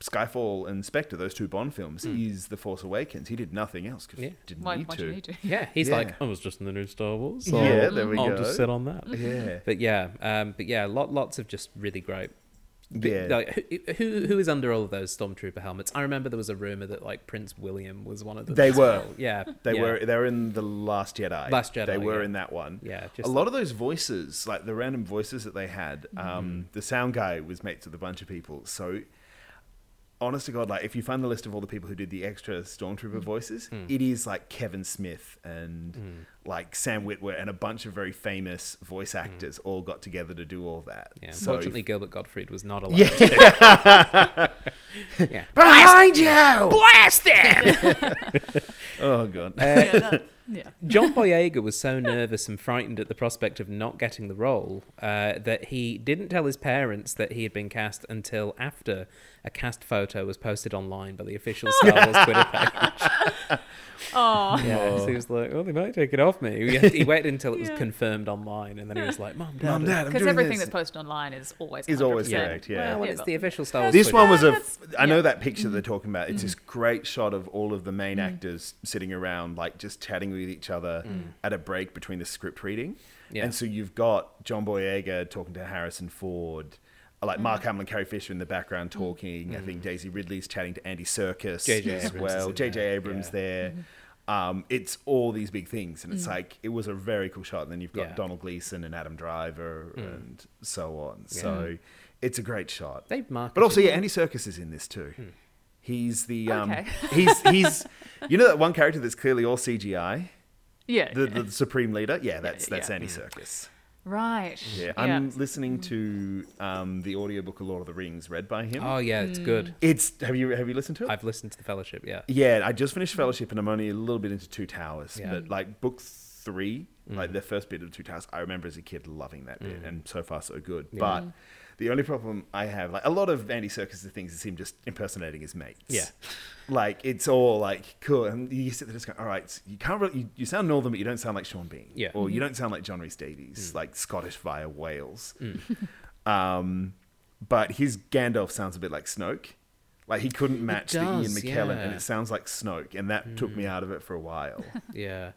S2: Skyfall and Spectre, those two Bond films, is The Force Awakens. He did nothing else because
S1: Hmm. Yeah.
S2: didn't
S3: Why,
S2: need
S3: why
S2: to.
S3: do you need to?
S1: Yeah, he's
S2: Yeah.
S1: like, I was just in the new Star Wars. So
S2: Yeah, there we
S1: I'll
S2: go.
S1: just sit on that.
S2: Yeah,
S1: But yeah, um, but yeah, lot lots of just really great.
S2: yeah.
S1: Like, who, who who is under all of those stormtrooper helmets? I remember there was a rumor that like Prince William was one of them.
S2: They
S1: as
S2: were.
S1: well. yeah,
S2: They
S1: yeah.
S2: were they were in the Last Jedi.
S1: Last Jedi,
S2: They were
S1: yeah.
S2: in that one.
S1: Yeah,
S2: a
S1: just
S2: lot of those voices, like the random voices that they had.
S1: Mm-hmm.
S2: Um, the sound guy was mates with a bunch of people. So, honest to God, like if you find the list of all the people who did the extra stormtrooper voices,
S1: Mm.
S2: it is like Kevin Smith and like Sam Witwer and a bunch of very famous voice actors all got together to do all that.
S1: Mm. Yeah.
S2: So-
S1: Fortunately, Gilbert Gottfried was not allowed.
S2: Yeah.
S1: yeah.
S2: behind you.
S1: Blast them!
S2: Oh God.
S3: yeah, that- yeah.
S1: John Boyega was so nervous and frightened at the prospect of not getting the role uh, that he didn't tell his parents that he had been cast until after a cast photo was posted online by the official Star Wars Twitter page.
S3: Oh,
S1: Yeah, so he was like, "Oh, they might take it off me." He, he waited until it was
S3: Yeah.
S1: confirmed online, and then he was like, "Mom, Dad,
S2: Mom,
S1: uh,
S2: Dad, I'm
S3: because
S2: doing
S3: everything
S2: this.
S3: that's posted online is always
S2: Is always
S3: 100%.
S2: correct, yeah.
S1: well,
S3: Yeah,
S1: it's
S3: but-
S1: the official Star Wars."
S2: This
S1: Twitter
S2: one was a.
S3: that's-
S2: I know
S3: yeah.
S2: that picture they're talking about.
S1: Mm.
S2: It's this great shot of all of the main actors sitting around, like just chatting with each other at a break between the script reading.
S1: Mm. Yeah.
S2: And so you've got John Boyega talking to Harrison Ford, uh, like
S1: Mm.
S2: Mark Hamill and Carrie Fisher in the background talking. I think Daisy Ridley's chatting to Andy Serkis
S1: J.J.
S2: as
S1: Mm. Abrams is
S2: well.
S1: in
S2: JJ
S1: there,
S2: Abrams
S1: yeah. Mm-hmm. Mm.
S2: there. Um, it's all these big things, and it's like it was a very cool shot. And then you've got
S1: Yeah. Mm.
S2: Donald Gleason and Adam Driver and so on. So it's a great shot.
S1: They've marketed
S2: But also, yeah, Andy Circus is in this too. He's the um,
S3: Okay.
S2: he's he's you know that one character that's clearly all CGI,
S3: yeah,
S2: the,
S3: yeah.
S2: the supreme leader. Yeah, that's
S3: yeah,
S2: that's
S3: yeah.
S2: Andy Circus.
S3: right.
S2: Yeah, I'm listening to um, the audiobook of Lord of the Rings read by him.
S1: Oh yeah, it's good.
S2: It's have you have you listened to it?
S1: I've listened to the Fellowship. Yeah,
S2: Yeah, I just finished Fellowship and I'm only a little bit into Two Towers.
S1: Yeah. Mm.
S2: But like book three, like the first bit of Two Towers, I remember as a kid loving that bit and so far so good. But the only problem I have, like a lot of Andy Serkis' things is him just impersonating his mates.
S1: Yeah.
S2: Like it's all like cool. And you sit there just going, all right, so you can't really, you, you sound northern, but you don't sound like Sean Bean.
S1: Yeah. Mm-hmm. Mm.
S2: Or you don't sound like John Rhys Davies, like Scottish via Wales. Um, but his Gandalf sounds a bit like Snoke. Like he couldn't match the Ian
S1: does,
S2: McKellen, and
S1: yeah. Mm.
S2: it sounds like Snoke, and that took me out of it for a while.
S1: yeah,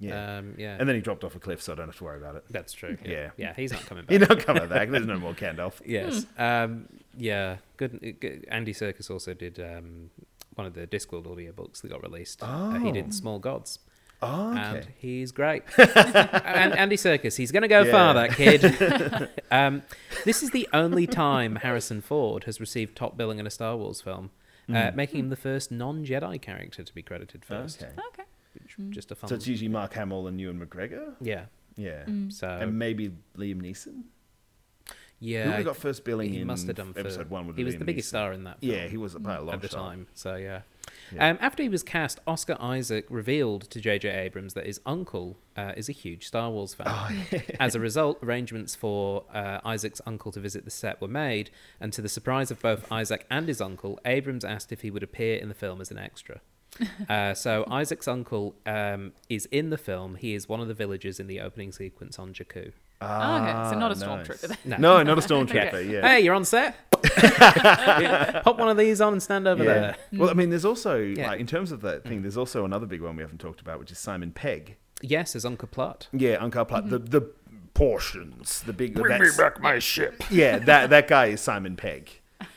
S2: Yeah.
S1: um, yeah.
S2: and then he dropped off a cliff, so I don't have to worry about it.
S1: that's true.
S2: Yeah.
S1: yeah, he's not coming back.
S2: You know, come back. There's no more Gandalf.
S1: Yes.
S2: Hmm.
S1: Um, yeah. Good, good. Andy Serkis also did um, one of the Discworld audiobooks that got released. Uh, he
S2: Oh.
S1: did Small Gods.
S2: Oh,
S1: And
S2: okay.
S1: he's great. and Andy Serkis, he's going to go
S2: Yeah.
S1: far, that kid. um, this is the only time Harrison Ford has received top billing in a Star Wars film, uh, making him the first non Jedi character to be credited first.
S2: Hmm. okay. Hmm.
S3: Okay.
S1: Which, just a fun.
S2: So it's usually Mark Hamill and Ewan McGregor.
S1: yeah.
S2: Yeah,
S1: So,
S2: Hmm. and maybe Liam Neeson. Who
S1: Uh, yeah.
S2: would've got first billing
S1: he
S2: in
S1: must have done for,
S2: episode one? would
S1: He
S2: have
S1: was
S2: been
S1: the biggest
S2: Neeson.
S1: star in that. Film.
S2: Yeah, he was by a long
S1: at the
S2: shot.
S1: time. So yeah.
S2: Yeah.
S1: Um, after he was cast, Oscar Isaac revealed to J.J. Abrams that his uncle uh, is a huge Star Wars fan.
S2: Oh,
S1: As a result, arrangements for uh, Isaac's uncle to visit the set were made, and to the surprise of both Isaac and his uncle, Abrams asked if he would appear in the film as an extra. Uh, so Isaac's uncle um, is in the film. He is one of the villagers in the opening sequence on Jakku.
S2: Ah,
S3: okay, so not a
S2: nice.
S3: stormtrooper then.
S1: No.
S2: No, not a stormtrooper. Yeah.
S1: Hey, you're on set. Pop one of these on and stand over there.
S4: Mm.
S2: Well, I mean, there's also
S1: Yeah.
S2: like in terms of that thing, there's also another big one we haven't talked about, which is Simon Pegg.
S1: Yes, as Uncle Platt.
S2: Yeah, Uncle Platt. The the portions, the big.
S4: Mm-hmm. Bring me
S2: that's-
S4: back my ship.
S2: Yeah, that that guy is Simon Pegg.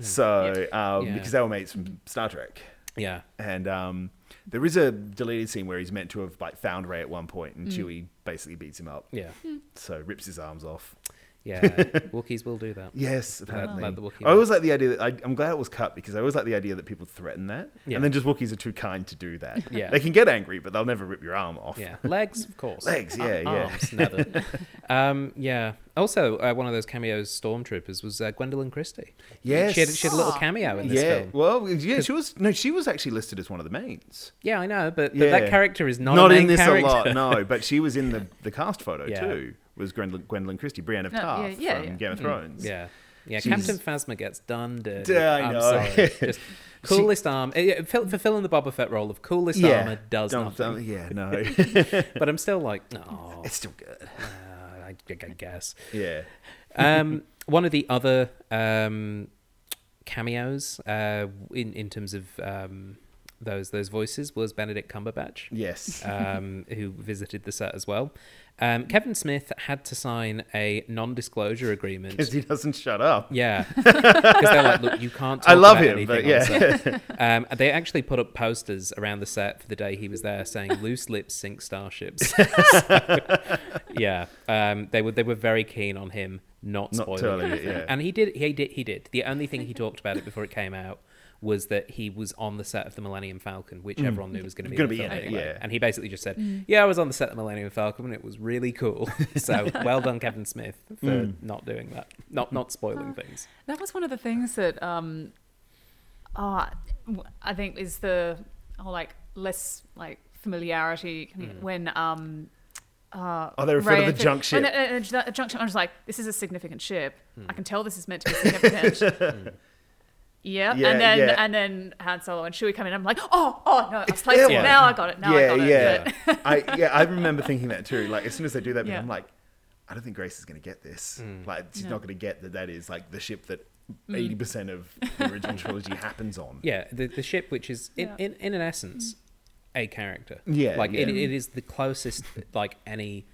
S2: So um,
S1: Yeah.
S2: because they were mates
S4: Mm-hmm.
S2: from Star Trek,
S1: Yeah.
S2: and um, there is a deleted scene where he's meant to have like found Ray at one point,
S4: Mm.
S2: and Chewie basically beats him up.
S1: Yeah.
S2: So rips his arms off.
S1: Yeah. Wookiees will do that.
S2: Yes,
S1: like
S2: apparently.
S1: the Wookiee
S2: I always like the idea that I, I'm glad it was cut because I always like the idea that people threaten that,
S1: Yeah.
S2: and then just Wookiees are too kind to do that.
S1: Yeah.
S2: they can get angry, but they'll never rip your arm off.
S1: Yeah. Legs, of course.
S2: Legs, yeah,
S1: Ar-
S2: yeah.
S1: Arms, never. um, yeah. Also, uh, one of those cameos, Stormtroopers, was uh, Gwendolyn Christie.
S2: Yes.
S1: She had, she had a little
S3: Ah.
S1: cameo in this
S2: yeah.
S1: film.
S2: Well, yeah, she was no, she was actually listed as one of the mains.
S1: Yeah, I know, but, but
S2: Yeah.
S1: that character is not,
S2: Not,
S1: a main
S2: in this
S1: character.
S2: a lot, no. But she was in the the cast photo
S1: Yeah. Mm.
S2: too. Was Gwendolyn, Gwendolyn Christie, Brienne of
S3: No, yeah,
S2: Tarth
S3: yeah,
S2: from
S3: yeah.
S2: Game of Thrones?
S1: Hmm. Yeah. Yeah,
S2: She's-
S1: Captain Phasma gets done dirty.
S2: Yeah, I
S1: I'm
S2: know.
S1: sorry. Just coolest arm. eh, eh, fill- fulfilling the Boba Fett role of coolest
S2: Yeah.
S1: armor does
S2: Don't-
S1: nothing.
S2: don't- yeah, no.
S1: But I'm still like, oh,
S2: it's still good.
S1: uh, I, I guess.
S2: Yeah.
S1: um, one of the other um, cameos uh, in in terms of um, those those voices was Benedict Cumberbatch,
S2: Yes.
S1: um, who visited the set as well. Um, Kevin Smith had to sign a non-disclosure agreement.
S2: Because he doesn't shut up.
S1: Yeah, because they're like, look, you can't. Talk
S2: I love
S1: about
S2: him,
S1: anything
S2: but
S1: on
S2: yeah.
S1: set." um, and they actually put up posters around the set for the day he was there, saying "loose lips sink starships." So, yeah, um, they were they were very keen on him not
S2: Not
S1: spoiling
S2: telling it,
S1: anything.
S2: yeah.
S1: and he did he did he did. The only thing he talked about it before it came out was that he was on the set of the Millennium Falcon,
S2: Mm.
S1: which everyone knew was going to be
S2: Gonna
S1: in
S2: be
S1: the
S2: in
S1: film
S2: it,
S1: anyway.
S2: yeah.
S1: And he basically just said, "Yeah, I was on the set of the Millennium Falcon, and it was really cool." So well done, Kevin Smith, for
S2: Mm.
S1: not doing that, not not spoiling things.
S3: That was one of the things that um, oh, I think is the whole like less like familiarity
S2: Mm.
S3: when um, uh,
S2: Oh, they refer to
S3: Ray
S2: the
S3: and Finn-
S2: junk
S3: when
S2: ship. Hmm.
S3: the- uh, the junk ship. I was like, this is a significant ship. I can tell this is meant to be significant. Yeah,
S2: Yeah,
S3: and then
S2: yeah.
S3: and then Han Solo and Chewie come in. I'm like, oh, oh no, I was placed
S2: their
S3: it.
S2: one.
S3: Now I got it. Now I
S2: yeah,
S3: got it.
S2: yeah. I yeah, I remember thinking that too. Like as soon as they do that, bit,
S3: Yeah.
S2: I'm like, I don't think Grace is going to get this. Like she's
S3: No. Mm.
S2: not going to get that. That is like the ship that eighty percent of the original trilogy happens on.
S1: Yeah, the the ship, which is in
S3: Yeah.
S1: in, in an essence a character.
S2: Yeah,
S1: like It,
S2: yeah.
S1: it is the closest like any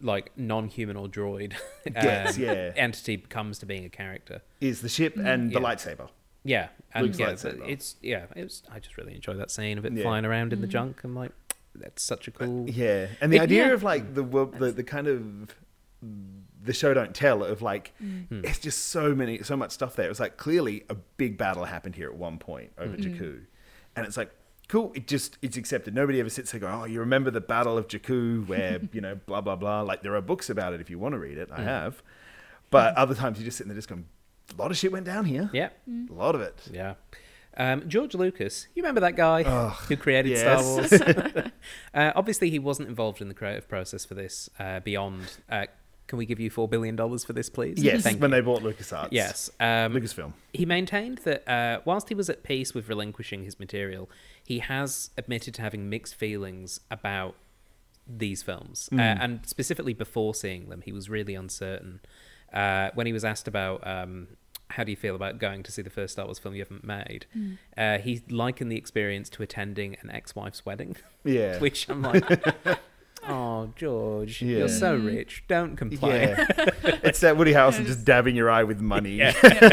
S1: like non-human or droid um,
S2: Gets, yeah.
S1: entity comes to being a character.
S2: Is the ship
S3: Mm.
S2: and the
S1: Yeah.
S2: lightsaber.
S1: Yeah, and
S2: Luke's
S1: yeah,
S2: lightsaber.
S1: the- it's yeah, it was. I just really enjoy that scene of it
S2: Yeah.
S1: flying around in the junk. I'm like, that's such a cool.
S2: Yeah, and the
S1: It-
S2: idea
S3: yeah.
S2: of like the world, the, the kind of the show don't tell of like
S1: Hmm.
S2: it's just so many so much stuff there. It was like clearly a big battle happened here at one point over
S1: Mm-hmm.
S2: Jakku, and it's like cool. It just it's accepted. Nobody ever sits there going, "Oh, you remember the Battle of Jakku where you know blah blah blah." Like there are books about it if you want to read it.
S1: Hmm.
S2: I have, but other times you just sitting there just going, "A lot of shit went down here.
S1: Yeah,
S2: a lot of it."
S1: yeah. Um, George Lucas, you remember that guy who created Star
S2: yes.
S1: Wars? uh, obviously, he wasn't involved in the creative process for this. Uh, beyond, uh, can we give you four billion dollars for this, please?
S2: Yes,
S1: Thank
S2: when
S1: you.
S2: they bought LucasArts.
S1: Yes. Um,
S2: Lucasfilm.
S1: He maintained that uh, whilst he was at peace with relinquishing his material, he has admitted to having mixed feelings about these films.
S2: Mm.
S1: Uh, and specifically before seeing them, he was really uncertain. Uh, when he was asked about um, how do you feel about going to see the first Star Wars film you haven't made, uh, he likened the experience to attending an ex wife's wedding,
S2: Yeah.
S1: which I'm like. Oh, George,
S2: Yeah.
S1: you're so rich. Don't complain.
S2: Yeah. it's that Woody Harrelson just dabbing your eye with money.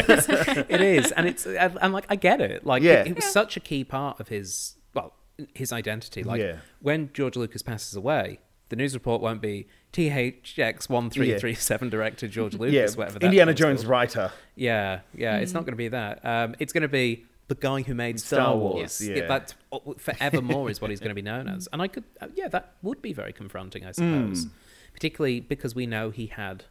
S1: it is, and it's and and, like I get it. Like
S2: Yeah.
S1: it, it was
S3: Yeah.
S1: such a key part of his well, his identity. Like
S2: Yeah.
S1: when George Lucas passes away, the news report won't be THX one three three seven director George
S2: yeah,
S1: Lucas, whatever. That
S2: Indiana
S1: thing's
S2: Jones
S1: called.
S2: writer.
S1: Yeah, yeah. It's not going to be that. Um, it's going to be the guy who made Star,
S2: Star
S1: Wars.
S2: Wars,
S1: Yeah.
S2: yeah.
S1: that's forevermore is what he's going to be known as. And I could, uh, yeah, that would be very confronting, I suppose,
S2: Mm.
S1: particularly because we know he had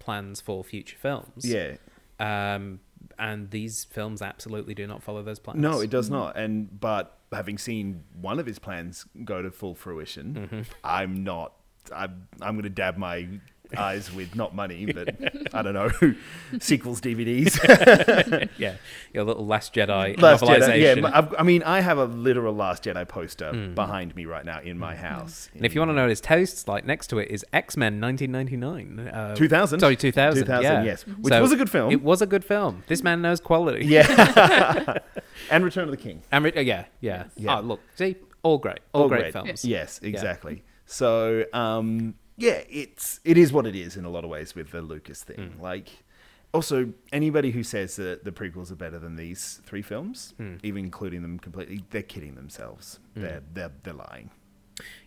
S1: plans for future films.
S2: Yeah.
S1: Um, and these films absolutely do not follow those plans.
S2: No, it does not. And but having seen one of his plans go to full fruition,
S1: Mm-hmm.
S2: I'm not. I'm. I'm going to dab my eyes with not money, but I don't know sequels, DVDs.
S1: yeah, your little Last Jedi
S2: Last Jedi.
S1: novelization. Mm.
S2: Yeah, I've, I mean, I have a literal Last Jedi poster behind me right now in my house.
S1: and if you want to know what his tastes like, next to it is X Men 1999. Uh,
S2: 2000.
S1: Sorry, 2000.
S2: 2000,
S1: yeah.
S2: yes. Which was a good film.
S1: It was a good film. This man knows quality.
S2: yeah, and Return of the King.
S1: And re- uh, yeah, yeah.
S2: Yeah.
S1: Oh, look, see, all great. All,
S2: All
S1: great,
S2: Oh, great.
S1: films.
S2: Yes, exactly. So um, yeah, it's it is what it is in a lot of ways with the Lucas
S1: Hmm.
S2: thing. Like, also anybody who says that the prequels are better than these three films,
S1: Hmm.
S2: even including them completely, they're kidding themselves. They're they're they're lying.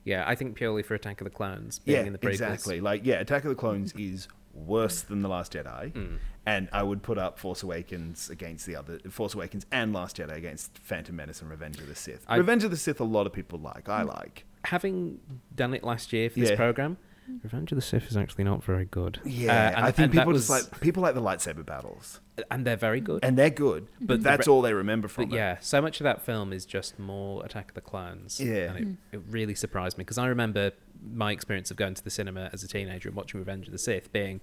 S1: Yeah, I think purely for Attack of the Clowns being
S2: yeah,
S1: in the prequels.
S2: exactly. Like yeah, Attack of the Clones is worse than the Last Jedi,
S1: Hmm.
S2: and I would put up Force Awakens against the other Force Awakens and Last Jedi against Phantom Menace and Revenge of the Sith.
S1: I- Hmm.
S2: Revenge of the Sith, a lot of people like. I like.
S1: Having done it last year for this
S2: Yeah.
S1: program, Revenge of the Sith is actually not very good.
S2: Yeah,
S1: Uh, and-
S2: I think
S1: and that
S2: people
S1: was-
S2: just like people like the lightsaber battles,
S1: and they're very good.
S2: and they're good, but that's all they remember from
S1: But yeah, so much of that film is just more Attack of the Clowns.
S2: Yeah.
S1: And it, it really surprised me because I remember my experience of going to the cinema as a teenager and watching Revenge of the Sith being,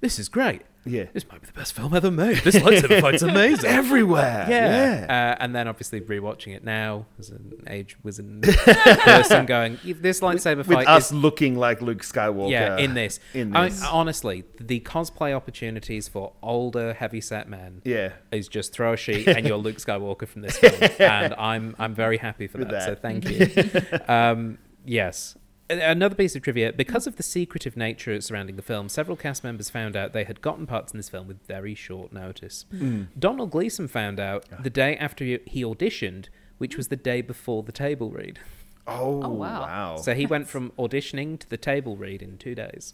S1: this is great.
S2: Yeah.
S1: This might be the best film ever made. This lightsaber fight's amazing.
S2: everywhere.
S1: Yeah. Uh, and then obviously rewatching it now as an age wizened person going, this lightsaber
S2: With
S1: fight
S2: us
S1: is
S2: looking like Luke Skywalker.
S1: yeah, in this.
S2: In
S1: I mean, oh.
S2: this.
S1: honestly, the cosplay opportunities for older, heavyset men
S2: yeah.
S1: is just throw a sheet and you're Luke Skywalker from this film, and I'm I'm very happy for
S2: With
S1: that. So
S2: that.
S1: thank you. um, yes. A- Another piece of trivia: because of the secretive nature surrounding the film, several cast members found out they had gotten parts in this film with very short notice.
S2: Hmm.
S1: Donald Gleason found out
S2: Ah.
S1: the day after he he auditioned, which was the day before the table read.
S2: Oh,
S3: Oh,
S2: wow.
S3: wow.
S2: Wow.
S1: So he went from auditioning to the table read in two days.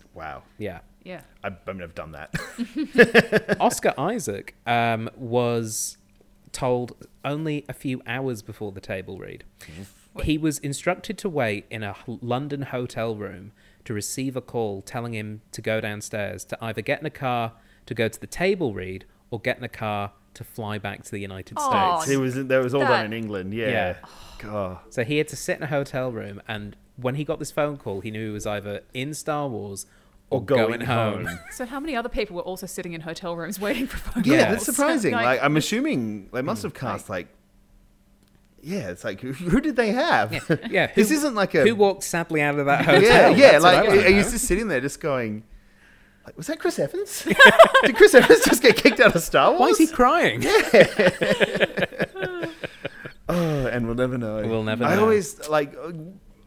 S1: Yeah.
S3: Yeah.
S2: I, I mean, I've done that.
S1: Oscar Isaac um, was told only a few hours before the table read.
S2: Mm-hmm.
S1: He was instructed to wait in a h- London hotel room to receive a call telling him to go downstairs to either get in a car to go to the table read or get in a car to fly back to the United
S3: Aw,
S1: States.
S2: it was, that was all done
S3: That-
S2: in England. Yeah.
S1: Yeah.
S2: God.
S1: So he had to sit in a hotel room, and when he got this phone call, he knew he was either in Star Wars or,
S2: Or
S1: going,
S2: going
S1: home.
S2: home.
S3: So how many other people were also sitting in hotel rooms waiting for phone
S2: Yeah,
S3: calls?
S2: that's surprising.
S3: Like-
S2: like, I'm assuming they
S1: Mm.
S2: must have cast like. Yeah, it's like who, who did they have? Yeah,
S1: yeah, who-
S2: this isn't like a.
S1: Who walked sadly out of that hotel?
S2: yeah, yeah.
S1: That's what I
S2: Like,
S1: wanna
S2: are you
S1: know.
S2: just sitting there just going? Like, was that Chris Evans? did Chris Evans just get kicked out of Star Wars?
S1: Why is he crying?
S2: Oh, and we'll never know.
S1: We'll never
S2: I
S1: know.
S2: always like uh,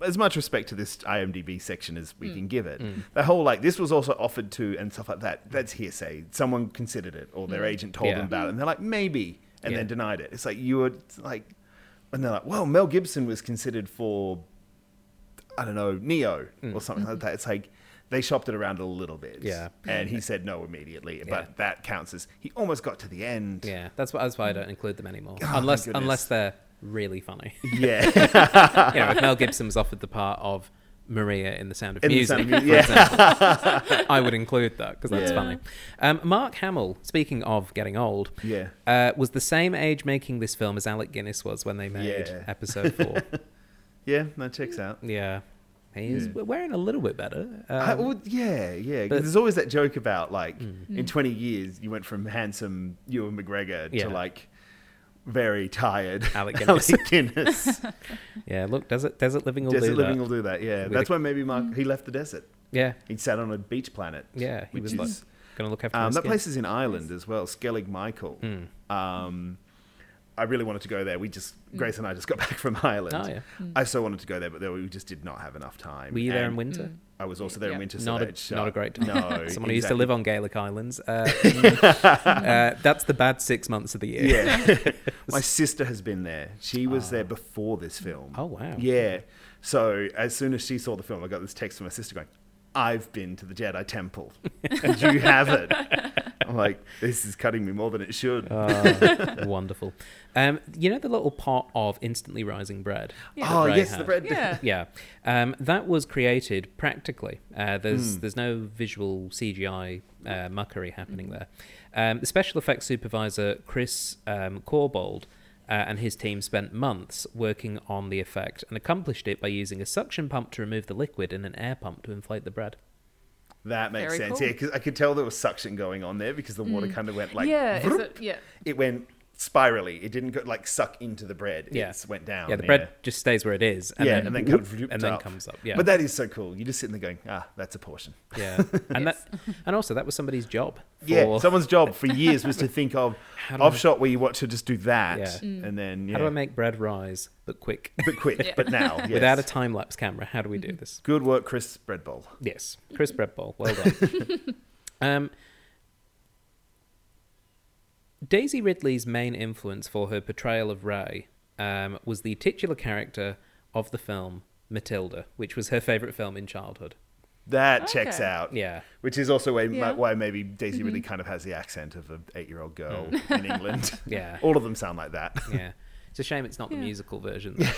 S2: as much respect to this IMDb section as we can give it.
S1: Hmm.
S2: The whole like this was also offered to and stuff like that. That's hearsay. Someone considered it, or their agent told
S1: Yeah.
S2: them about it, and they're like maybe, and
S1: Yeah.
S2: then denied it. It's like you were like, and they're like, well, Mel Gibson was considered for, I don't know, Neo or something like that. It's like. They shopped it around a little bit,
S1: Hmm. Yeah.
S2: and he said no immediately. But
S1: Yeah.
S2: that counts as he almost got to the end.
S1: Yeah, that's what that's why I don't include them anymore.
S2: Oh, my
S1: unless
S2: goodness.
S1: unless they're really funny. you
S2: yeah.
S1: know, if Mel Gibson was offered the part of Maria in The Sound of
S2: In The
S1: Music,
S2: Sound of
S1: for
S2: Mu- yeah.
S1: example, I would include that because that's
S2: Yeah.
S1: funny. Um, Mark Hamill, speaking of getting old,
S2: Yeah.
S1: uh, was the same age making this film as Alec Guinness was when they made
S2: Yeah.
S1: Episode Four.
S2: yeah, that checks out.
S1: yeah, he's
S2: Yeah.
S1: wearing a little bit better. Um,
S2: Hmm. I, well, yeah, yeah. 'cause
S1: but- Hmm.
S2: there's always that joke about like in 20 years you went from handsome Ewan McGregor
S1: Yeah.
S2: to like very tired
S1: Alec Guinness.
S2: Guinness.
S1: yeah, look, desert desert living will
S2: desert
S1: do
S2: living
S1: that.
S2: will do that. Yeah,
S1: With
S2: that's
S1: a-
S2: why maybe Mark he left the desert.
S1: Yeah,
S2: He sat on a beach planet.
S1: yeah, he
S2: which
S1: was like
S2: is-
S1: going to look after my
S2: um, that
S1: skin.
S2: place is in Ireland as well, Skellig Michael.
S1: Hmm.
S2: Um, I really wanted to go there. We just Grace and I just got back from Ireland.
S1: Oh, yeah.
S2: I so wanted to go there, but there we just did not have enough time.
S1: Were you there in
S2: And
S1: winter?
S2: I was also there
S3: Yeah.
S2: in winter. so
S1: not a,
S2: that shut-
S1: not a great time.
S2: No,
S1: Someone who used to
S2: exactly.
S1: live on Gaelic Islands. Uh, uh, that's the bad six months of the year.
S2: Yeah. My sister has been there. She was there before this film.
S1: Oh, wow.
S2: Yeah. So as soon as she saw the film, I got this text from my sister going, I've been to the Jedi Temple and you haven't. I'm like, this is cutting me more than it should.
S1: Oh, wonderful. Um, you know the little pot of instantly rising bread?
S3: Yeah.
S1: that
S2: oh,
S1: Bray
S2: yes, the
S1: had?
S2: bread.
S3: Yeah.
S1: Yeah, um, that was created practically. Uh,
S2: Hmm.
S1: there's there's no visual CGI uh, muckery
S2: Mm.
S1: happening there. Um, the special effects supervisor Chris um, Corbold uh, and his team spent months working on the effect and accomplished it by using a suction pump to remove the liquid and an air pump to inflate the bread.
S2: That makes
S3: Very
S2: sense.
S3: cool. Mm.
S2: Yeah, because I could tell there was suction going on there because the water kind of went like,
S3: yeah, is
S2: vroom.
S3: it, yeah.
S2: it went spirally. It didn't go like suck into the bread.
S1: Yeah.
S2: It went down.
S1: yeah, the bread just stays where it is, and
S2: yeah,
S1: then
S2: and then,
S1: whoop,
S2: kind of
S1: and then comes up. Yeah,
S2: But that is so cool. You're just sitting there going, ah, that's a portion.
S1: yeah, and that, and also that was somebody's job. For,
S2: Yeah, someone's job for years was to think of
S1: How do I-
S2: offshot where you want to just do that,
S1: Yeah.
S2: and then yeah,
S1: how do I make bread rise but quick?
S2: but quick,
S3: Mm. Yeah.
S2: but now yes.
S1: Without a time lapse camera, how do we do this?
S2: good work, Chris Bread Bowl.
S1: Yes, Chris Breadball. Well done. um, Daisy Ridley's main influence for her portrayal of Ray um, was the titular character of the film Matilda, which was her favorite film in childhood.
S2: That checks
S3: Okay.
S2: out.
S1: Yeah.
S2: which is also why,
S3: Yeah. Mm-hmm.
S2: why maybe Daisy really kind of has the accent of an eight-year-old girl in England.
S1: Mm. Yeah.
S2: all of them sound like that.
S1: yeah. It's a shame it's not the musical version.
S2: with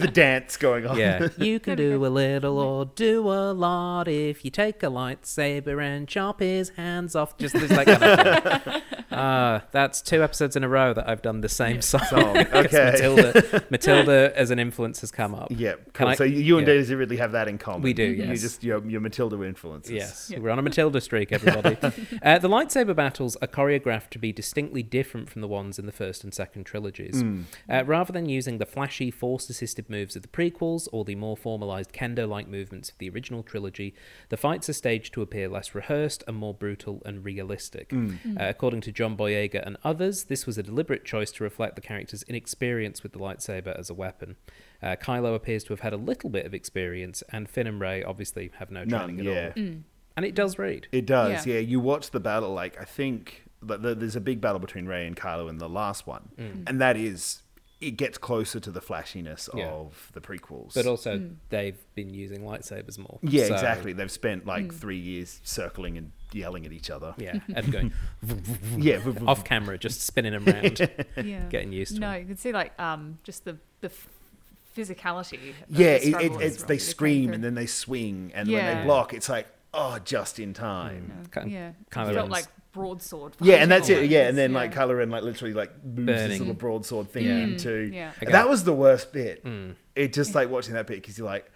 S2: the dance going on.
S1: yeah. You can do a little or do a lot if you take a lightsaber and chop his hands off. Just this, like, kind of thing. Uh, that's two episodes in a row that I've done the same song. 'Cause
S2: okay.
S1: Matilda, Matilda as an influence has come up.
S2: Yeah,
S1: Can
S2: cool.
S1: I-
S2: so you and
S1: yeah.
S2: Daisy really have that in common.
S1: We do,
S2: You
S1: yes.
S2: just your, your Matilda influences.
S1: Yes,
S3: Yeah.
S1: we're on a Matilda streak, everybody. uh, the lightsaber battles are choreographed to be distinctly different from the ones in the first and second trilogies.
S2: Hmm.
S1: Uh, rather than using the flashy force assisted moves of the prequels or the more formalized kendo like movements of the original trilogy, the fights are staged to appear less rehearsed and more brutal and realistic.
S2: Hmm.
S1: Uh, according to John Boyega and others, this was a deliberate choice to reflect the character's inexperience with the lightsaber as a weapon. Uh, Kylo appears to have had a little bit of experience, and Finn and Ray obviously have no training
S2: None.
S1: at all.
S2: Yeah.
S1: And it does read.
S2: It does,
S3: Yeah.
S2: yeah. You watch the battle, like I think that the, there's a big battle between Ray and Kylo in the last one, and that is it gets closer to the flashiness
S1: Mm. Yeah.
S2: of the prequels.
S1: But also, they've been using lightsabers more.
S2: yeah,
S1: So,
S2: exactly. They've spent
S3: Mm.
S2: like three years circling and yelling at each other.
S1: Yeah, and going
S2: yeah. v- v-
S1: off camera, just spinning them around,
S3: yeah.
S1: getting used to
S3: no,
S1: them.
S3: you can see like um, just the the f- physicality. of
S2: yeah. It, it,
S3: the struggle
S2: it's
S3: is
S2: they
S3: really
S2: scream
S3: came
S2: and
S3: through.
S2: then they swing, and when
S3: Yeah.
S2: they block, it's like oh, just
S1: Mm.
S2: in time.
S1: Kind of-
S3: yeah,
S1: kind
S3: it
S1: of
S3: felt
S1: runs-
S3: like broadsword.
S2: Yeah, and that's
S3: fighting
S2: it.
S3: almost,
S2: Yeah, and then like Kylo Ren like literally like moves
S1: Burning.
S2: his little broadsword thing
S1: Yeah.
S2: into.
S3: Mm. Yeah.
S2: And That was the worst bit.
S1: Mm.
S2: It just like watching that bit because you're like,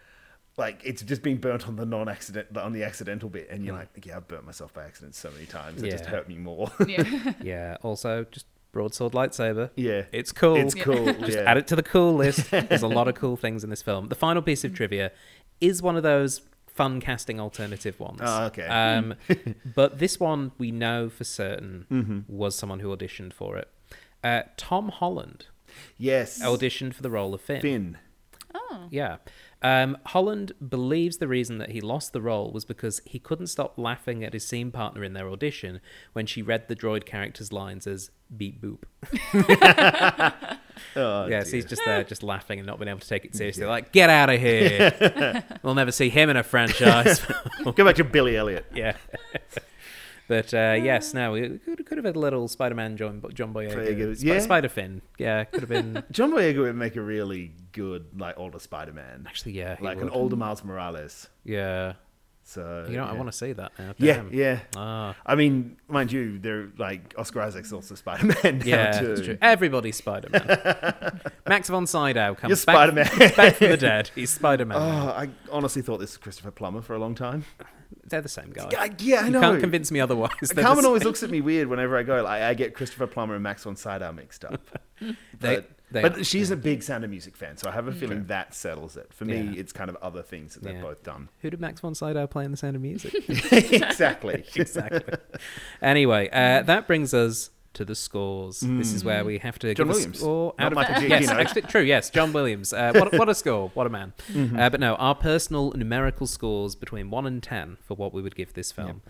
S2: like it's just been burnt on the non-accident on the accidental bit, and you're like, yeah, I've burnt myself by accident so many times. It just
S1: Mm. Yeah.
S2: hurt me more.
S3: yeah.
S1: yeah. Also, just broadsword lightsaber.
S2: yeah,
S1: It's cool.
S2: It's cool.
S1: Just
S2: yeah.
S1: add it to the cool list. There's a lot of cool things in this film. The final piece of trivia is one of those fun casting alternative ones.
S2: Oh, okay.
S1: Um, but this one we know for certain
S2: Mm-hmm.
S1: was someone who auditioned for it. Uh, Tom Holland
S2: Yes,
S1: auditioned for the role of Finn.
S2: Finn.
S3: Oh,
S1: Yeah. Um, Holland believes the reason that he lost the role was because he couldn't stop laughing at his scene partner in their audition when she read the droid character's lines as beep boop.
S2: Oh,
S1: yes,
S2: dear.
S1: he's just there, just laughing and not being able to take it seriously. Like, get out of here. we'll never see him in a franchise.
S2: go back to Billy Elliot.
S1: yeah. But uh, yes, no, we could, could have had a little Spider-Man John, John Boyega,
S2: Boyega,
S1: Sp-
S2: yeah.
S1: Spider Finn, yeah, could have been
S2: John Boyega would make a really good like older Spider-Man,
S1: actually, yeah, he
S2: like an
S1: would.
S2: older Miles Morales.
S1: yeah.
S2: So
S1: You know,
S2: yeah.
S1: I want to see that now.
S2: Yeah,
S1: Damn.
S2: yeah.
S1: Ah.
S2: I mean, mind you, they're like Oscar Isaac's also Spider Man now
S1: Yeah,
S2: too.
S1: that's true. Everybody's Spider Man. Max von Sydow comes
S2: You're
S1: back,
S2: Spider-Man.
S1: back from the dead. He's Spider Man.
S2: Oh, I honestly thought this was Christopher Plummer for a long time.
S1: They're the same guy.
S2: I, yeah, I
S1: you
S2: know.
S1: can't convince me otherwise. They're the
S2: Carmen
S1: same-
S2: always looks at me weird whenever I go. Like I get Christopher Plummer and Max von Sydow mixed up.
S1: They-
S2: but
S1: they
S2: but
S1: are, Mm.
S2: she's a big Sound of Music fan, so I have a feeling that settles it. For me,
S1: Yeah.
S2: it's kind of other things that they've
S1: Yeah.
S2: both done.
S1: Who did Max von Sydow play in The Sound of Music?
S2: exactly. Mm-hmm.
S1: exactly. Anyway, uh, that brings us to the scores. This is where we have to
S2: John
S1: give
S2: Williams.
S1: a score
S2: Not
S1: out
S2: Michael
S1: of yes,
S2: Giacchino.
S1: actually, true. Yes, John Williams. Uh, what, a- what a score! What a man!
S2: Mm-hmm.
S1: Uh, but no, our personal numerical scores between one and ten for what we would give this film.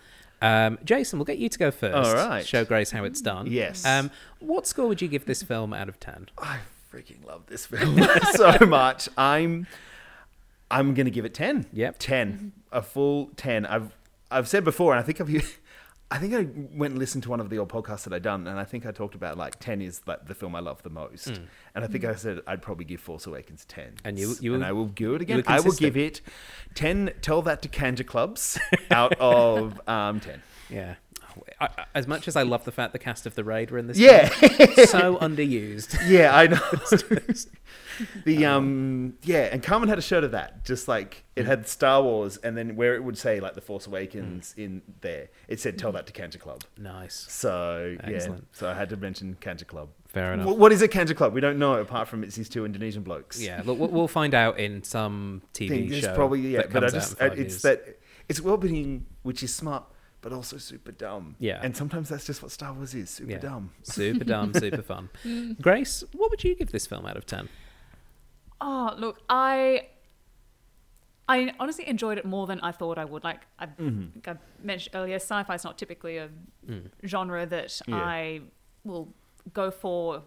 S1: Um, Jason, we'll get you to go first.
S2: All right.
S1: Show Grace how it's done.
S2: Yes.
S1: Um, what score would you give this film out of ten?
S2: I freaking love this film so much. I'm I'm gonna give it ten.
S1: Yep.
S2: ten, a full ten. I've I've said before, and I think I've I think I went and listened to one of the old podcasts that I'd done, and I think I talked about like ten is like the film I love the most, and I think I said I'd probably give Force Awakens ten,
S1: Mm. And you- you
S2: and
S1: were-
S2: I will give it
S1: you
S2: again.
S1: were
S2: I will
S1: consistent.
S2: give it ten. Tell that to Kanja clubs out of um, ten.
S1: Yeah. I, I- as much as I love the fact the cast of the raid were in this,
S2: Yeah.
S1: film, so underused.
S2: Yeah, I know. the um, yeah, and Carmen had a shirt of that. Just like it had Star Wars, and then where it would say like The Force Awakens
S1: Hmm.
S2: in there, it said "Tell that to Canter Club."
S1: nice.
S2: So
S1: Excellent.
S2: yeah, so I had to mention Canter Club.
S1: Fair enough.
S2: Wh- what is a Canter Club? We don't know apart from it's these two Indonesian blokes.
S1: Yeah, look, we'll- we'll find out in some TV
S2: thing. It's
S1: show.
S2: probably yeah,
S1: that
S2: but I
S1: comes out
S2: just
S1: in five
S2: it's
S1: years.
S2: that it's well being which is smart. But also super dumb.
S1: Yeah.
S2: And sometimes that's just what Star Wars is super
S1: Yeah.
S2: dumb.
S1: super dumb, super fun. Grace, what would you give this film out of ten?
S3: Oh, look, I I honestly enjoyed it more than I thought I would. Like I
S2: Mm.
S1: Mm-hmm.
S3: think I mentioned earlier, sci-fi is not typically a genre that
S2: Yeah.
S3: I will go for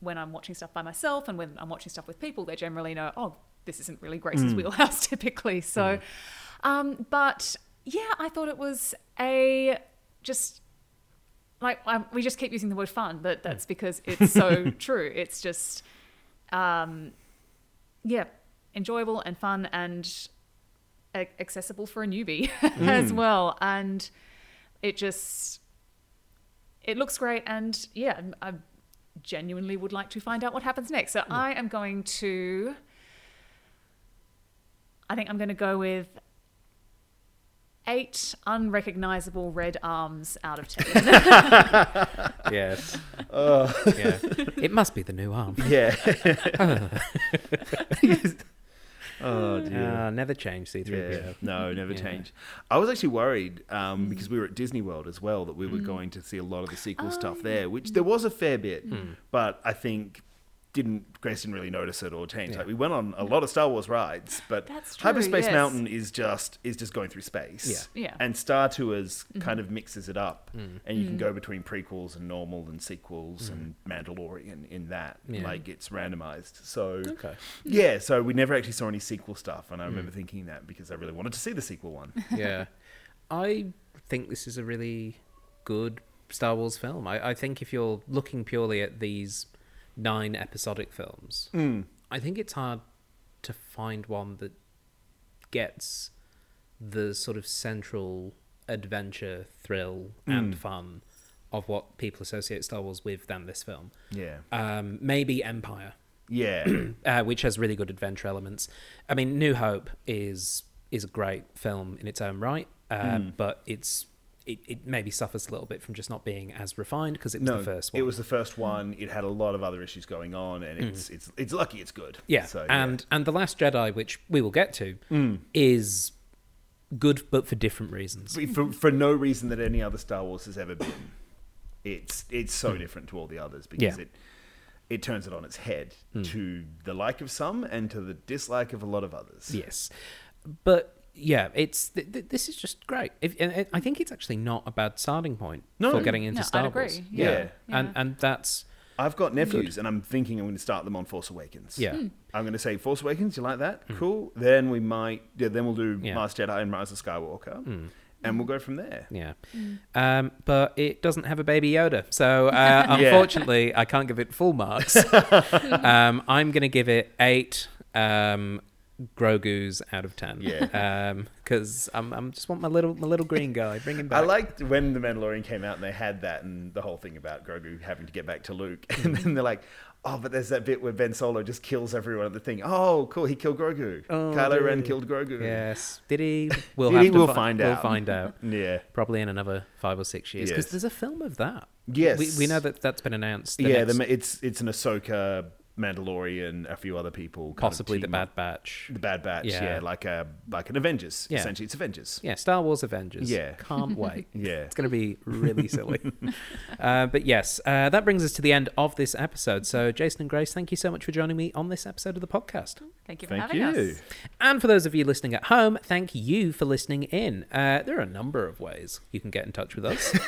S3: when I'm watching stuff by myself, and when I'm watching stuff with people, they generally know, oh, this isn't really Grace's wheelhouse typically. So, um, but yeah, I thought it was a just like i we just keep using the word fun, but that's because it's so true. It's just um, yeah, enjoyable and fun and a- accessible for a newbie as well. And it just it looks great. And yeah, I genuinely would like to find out what happens next. So I am going to. I think I'm going to go with eight unrecognizable red arms out of ten.
S1: Yes.
S2: Uh,
S1: Yeah. It must be the new arm.
S2: Yeah. oh dear.
S1: Ah, never change C3PO.
S2: Yeah. No, never
S1: Yeah.
S2: change. I was actually worried
S3: Mm.
S2: um, because we were at Disney World as well that we were going to see a lot of the sequel
S3: Oh,
S2: stuff there, which there was a fair bit,
S3: Mm.
S2: but I think didn't Grace didn't really notice it or change.
S1: Yeah.
S2: Like we went on a lot of Star Wars rides, but
S3: That's true,
S2: Hyperspace
S3: yes.
S2: Mountain is just is just going through space.
S3: Yeah. Yeah.
S2: And Star Tours kind of mixes it up,
S1: Mm.
S2: and you can go between prequels and normal and sequels and Mandalorian in that.
S1: Yeah.
S2: Like it's randomized. So
S1: Okay. Mm.
S2: yeah, so we never actually saw any sequel stuff, and I remember thinking that because I really wanted to see the sequel one.
S1: yeah. I think this is a really good Star Wars film. I, I think if you're looking purely at these nine episodic films, I think it's hard to find one that gets the sort of central adventure, thrill, and fun of what people associate Star Wars with than this film.
S2: Yeah,
S1: Um, maybe Empire.
S2: yeah,
S1: uh, which has really good adventure elements. I mean, New Hope is is a great film in its own right, uh,
S2: Hmm.
S1: but it's it, it maybe suffers a little bit from just not being as refined because it was
S2: no,
S1: the first one. Mm.
S2: it was the first one. It had a lot of other issues going on, and it's it's it's lucky it's good.
S1: yeah, Um,
S2: so, Hmm.
S1: and and the Last Jedi, which we will get to, is good but for different reasons.
S2: yeah. for for no reason that any other Star Wars has ever been, it's it's so different to all the others because
S1: Hmm. Yeah. Hmm.
S2: it it turns it on its head to the like of some and to the dislike of a lot of others.
S1: Yes, but yeah, it's th- th- this is just great. If, and and I think it's actually not a bad starting point
S2: No.
S1: for getting into
S3: No, I'd
S1: Star
S3: agree.
S1: Wars.
S2: Yeah.
S1: and and that's
S2: I've got nephews, and I'm thinking I'm going to start them on Force Awakens.
S1: Yeah. Hmm.
S2: I'm going to say Force Awakens. You like that? Cool. Then we might. Yeah, then we'll do
S1: Yeah. Hmm.
S2: Last Jedi and Rise of Skywalker, and we'll go from there.
S1: Yeah. Um, but it doesn't have a baby Yoda. So uh, unfortunately, I can't give it full marks. um, I'm going to give it eight um, Grogu's out of 10.
S2: Yeah.
S1: Because I'm, I'm just want my little my little green guy. Bring him back.
S2: I liked when the Mandalorian came out and they had that and the whole thing about Grogu having to get back to Luke, and then they're like, "Oh, but there's that bit where Ben Solo just kills everyone at the thing. Oh, cool, he killed Grogu.
S1: Oh,
S2: Kylo Ren
S1: dude.
S2: killed Grogu.
S1: Yes. Did he? We'll,
S2: Did
S1: have
S2: he?
S1: to
S2: We'll
S1: fi-
S2: find out.
S1: We'll find out.
S2: Yeah.
S1: Probably in another five or six years. Because
S2: Yes.
S1: there's a film of that.
S2: Yes.
S1: We, we know that that's been announced. The
S2: yeah,
S1: next-
S2: the, it's it's an Ahsoka, Mandalorian, a few other people, kind of
S1: possibly the
S2: team up.
S1: Bad Batch.
S2: The Bad Batch,
S1: Yeah.
S2: yeah, like a like an Avengers.
S1: Yeah.
S2: Essentially, it's Avengers.
S1: Yeah, Star Wars Avengers.
S2: Yeah.
S1: Can't wait.
S2: Yeah.
S1: It's going to be really silly. uh, but yes, uh, that brings us to the end of this episode. So, Jason and Grace, thank you so much for joining me on this episode of the podcast.
S3: Thank you for
S2: Thank
S3: having
S2: you.
S3: us.
S1: And for those of you listening at home, thank you for listening in. Uh, there are a number of ways you can get in touch with us.
S2: You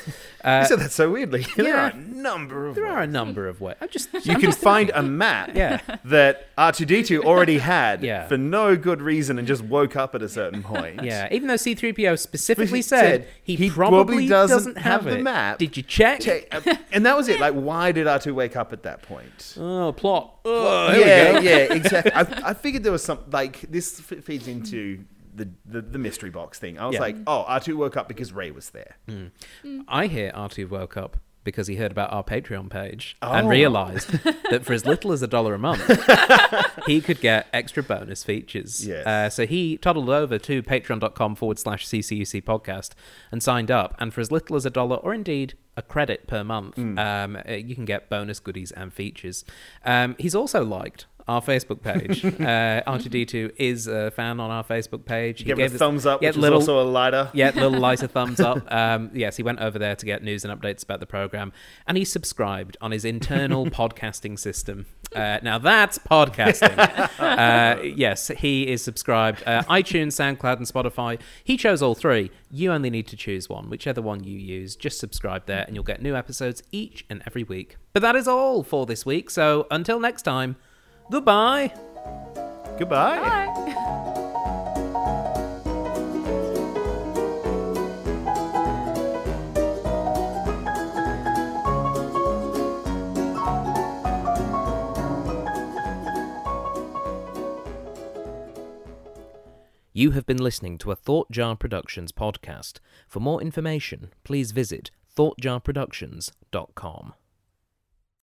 S1: Uh,
S2: said that so weirdly. there
S1: yeah.
S2: are a number of.
S1: there are a
S2: ways.
S1: number of ways. I just
S2: You can find a map
S1: Yeah.
S2: that R two D two already had
S1: Yeah.
S2: for no good reason and just woke up at a certain point.
S1: yeah, even though C3PO specifically
S2: He
S1: said,
S2: said
S1: he,
S2: he
S1: probably,
S2: probably
S1: doesn't,
S2: doesn't
S1: have,
S2: have the
S1: it.
S2: map.
S1: Did you check?
S2: Okay, uh, and that was it. Like, why did R two wake up at that point?
S1: Oh, plot. Oh, here we go.
S2: yeah, yeah, exactly. I, I figured there was some like this f- feeds into the, the the mystery box thing. I was
S1: Yeah. Mm.
S2: like, oh, R two woke up because Ray was there.
S1: I hear R2 woke up because he heard about our Patreon page and
S2: Oh.
S1: realized that for as little as a dollar a month, he could get extra bonus features.
S2: Yes.
S1: Uh, so he toddled over to patreon.com forward slash CCUC podcast and signed up. And for as little as a dollar or indeed a credit per month,
S2: Hmm.
S1: um, uh, you can get bonus goodies and features. Um, he's also liked our Facebook page. uh, R2D2 is a fan on our Facebook page. He
S2: Give it a thumbs up,
S1: yeah,
S2: which was also a lighter.
S1: yeah, little lighter thumbs up. Um, yes, he went over there to get news and updates about the program, and he subscribed on his internal podcasting system. Uh, now that's podcasting. Uh, yes, he is subscribed. Uh, iTunes, SoundCloud, and Spotify. He chose all three. You only need to choose one, whichever one you use. Just subscribe there, and you'll get new episodes each and every week. But that is all for this week. So until next time, goodbye.
S2: Goodbye.
S3: Bye.
S1: You have been listening to a Thought Jar Productions podcast. For more information, please visit thoughtjarproductions.com.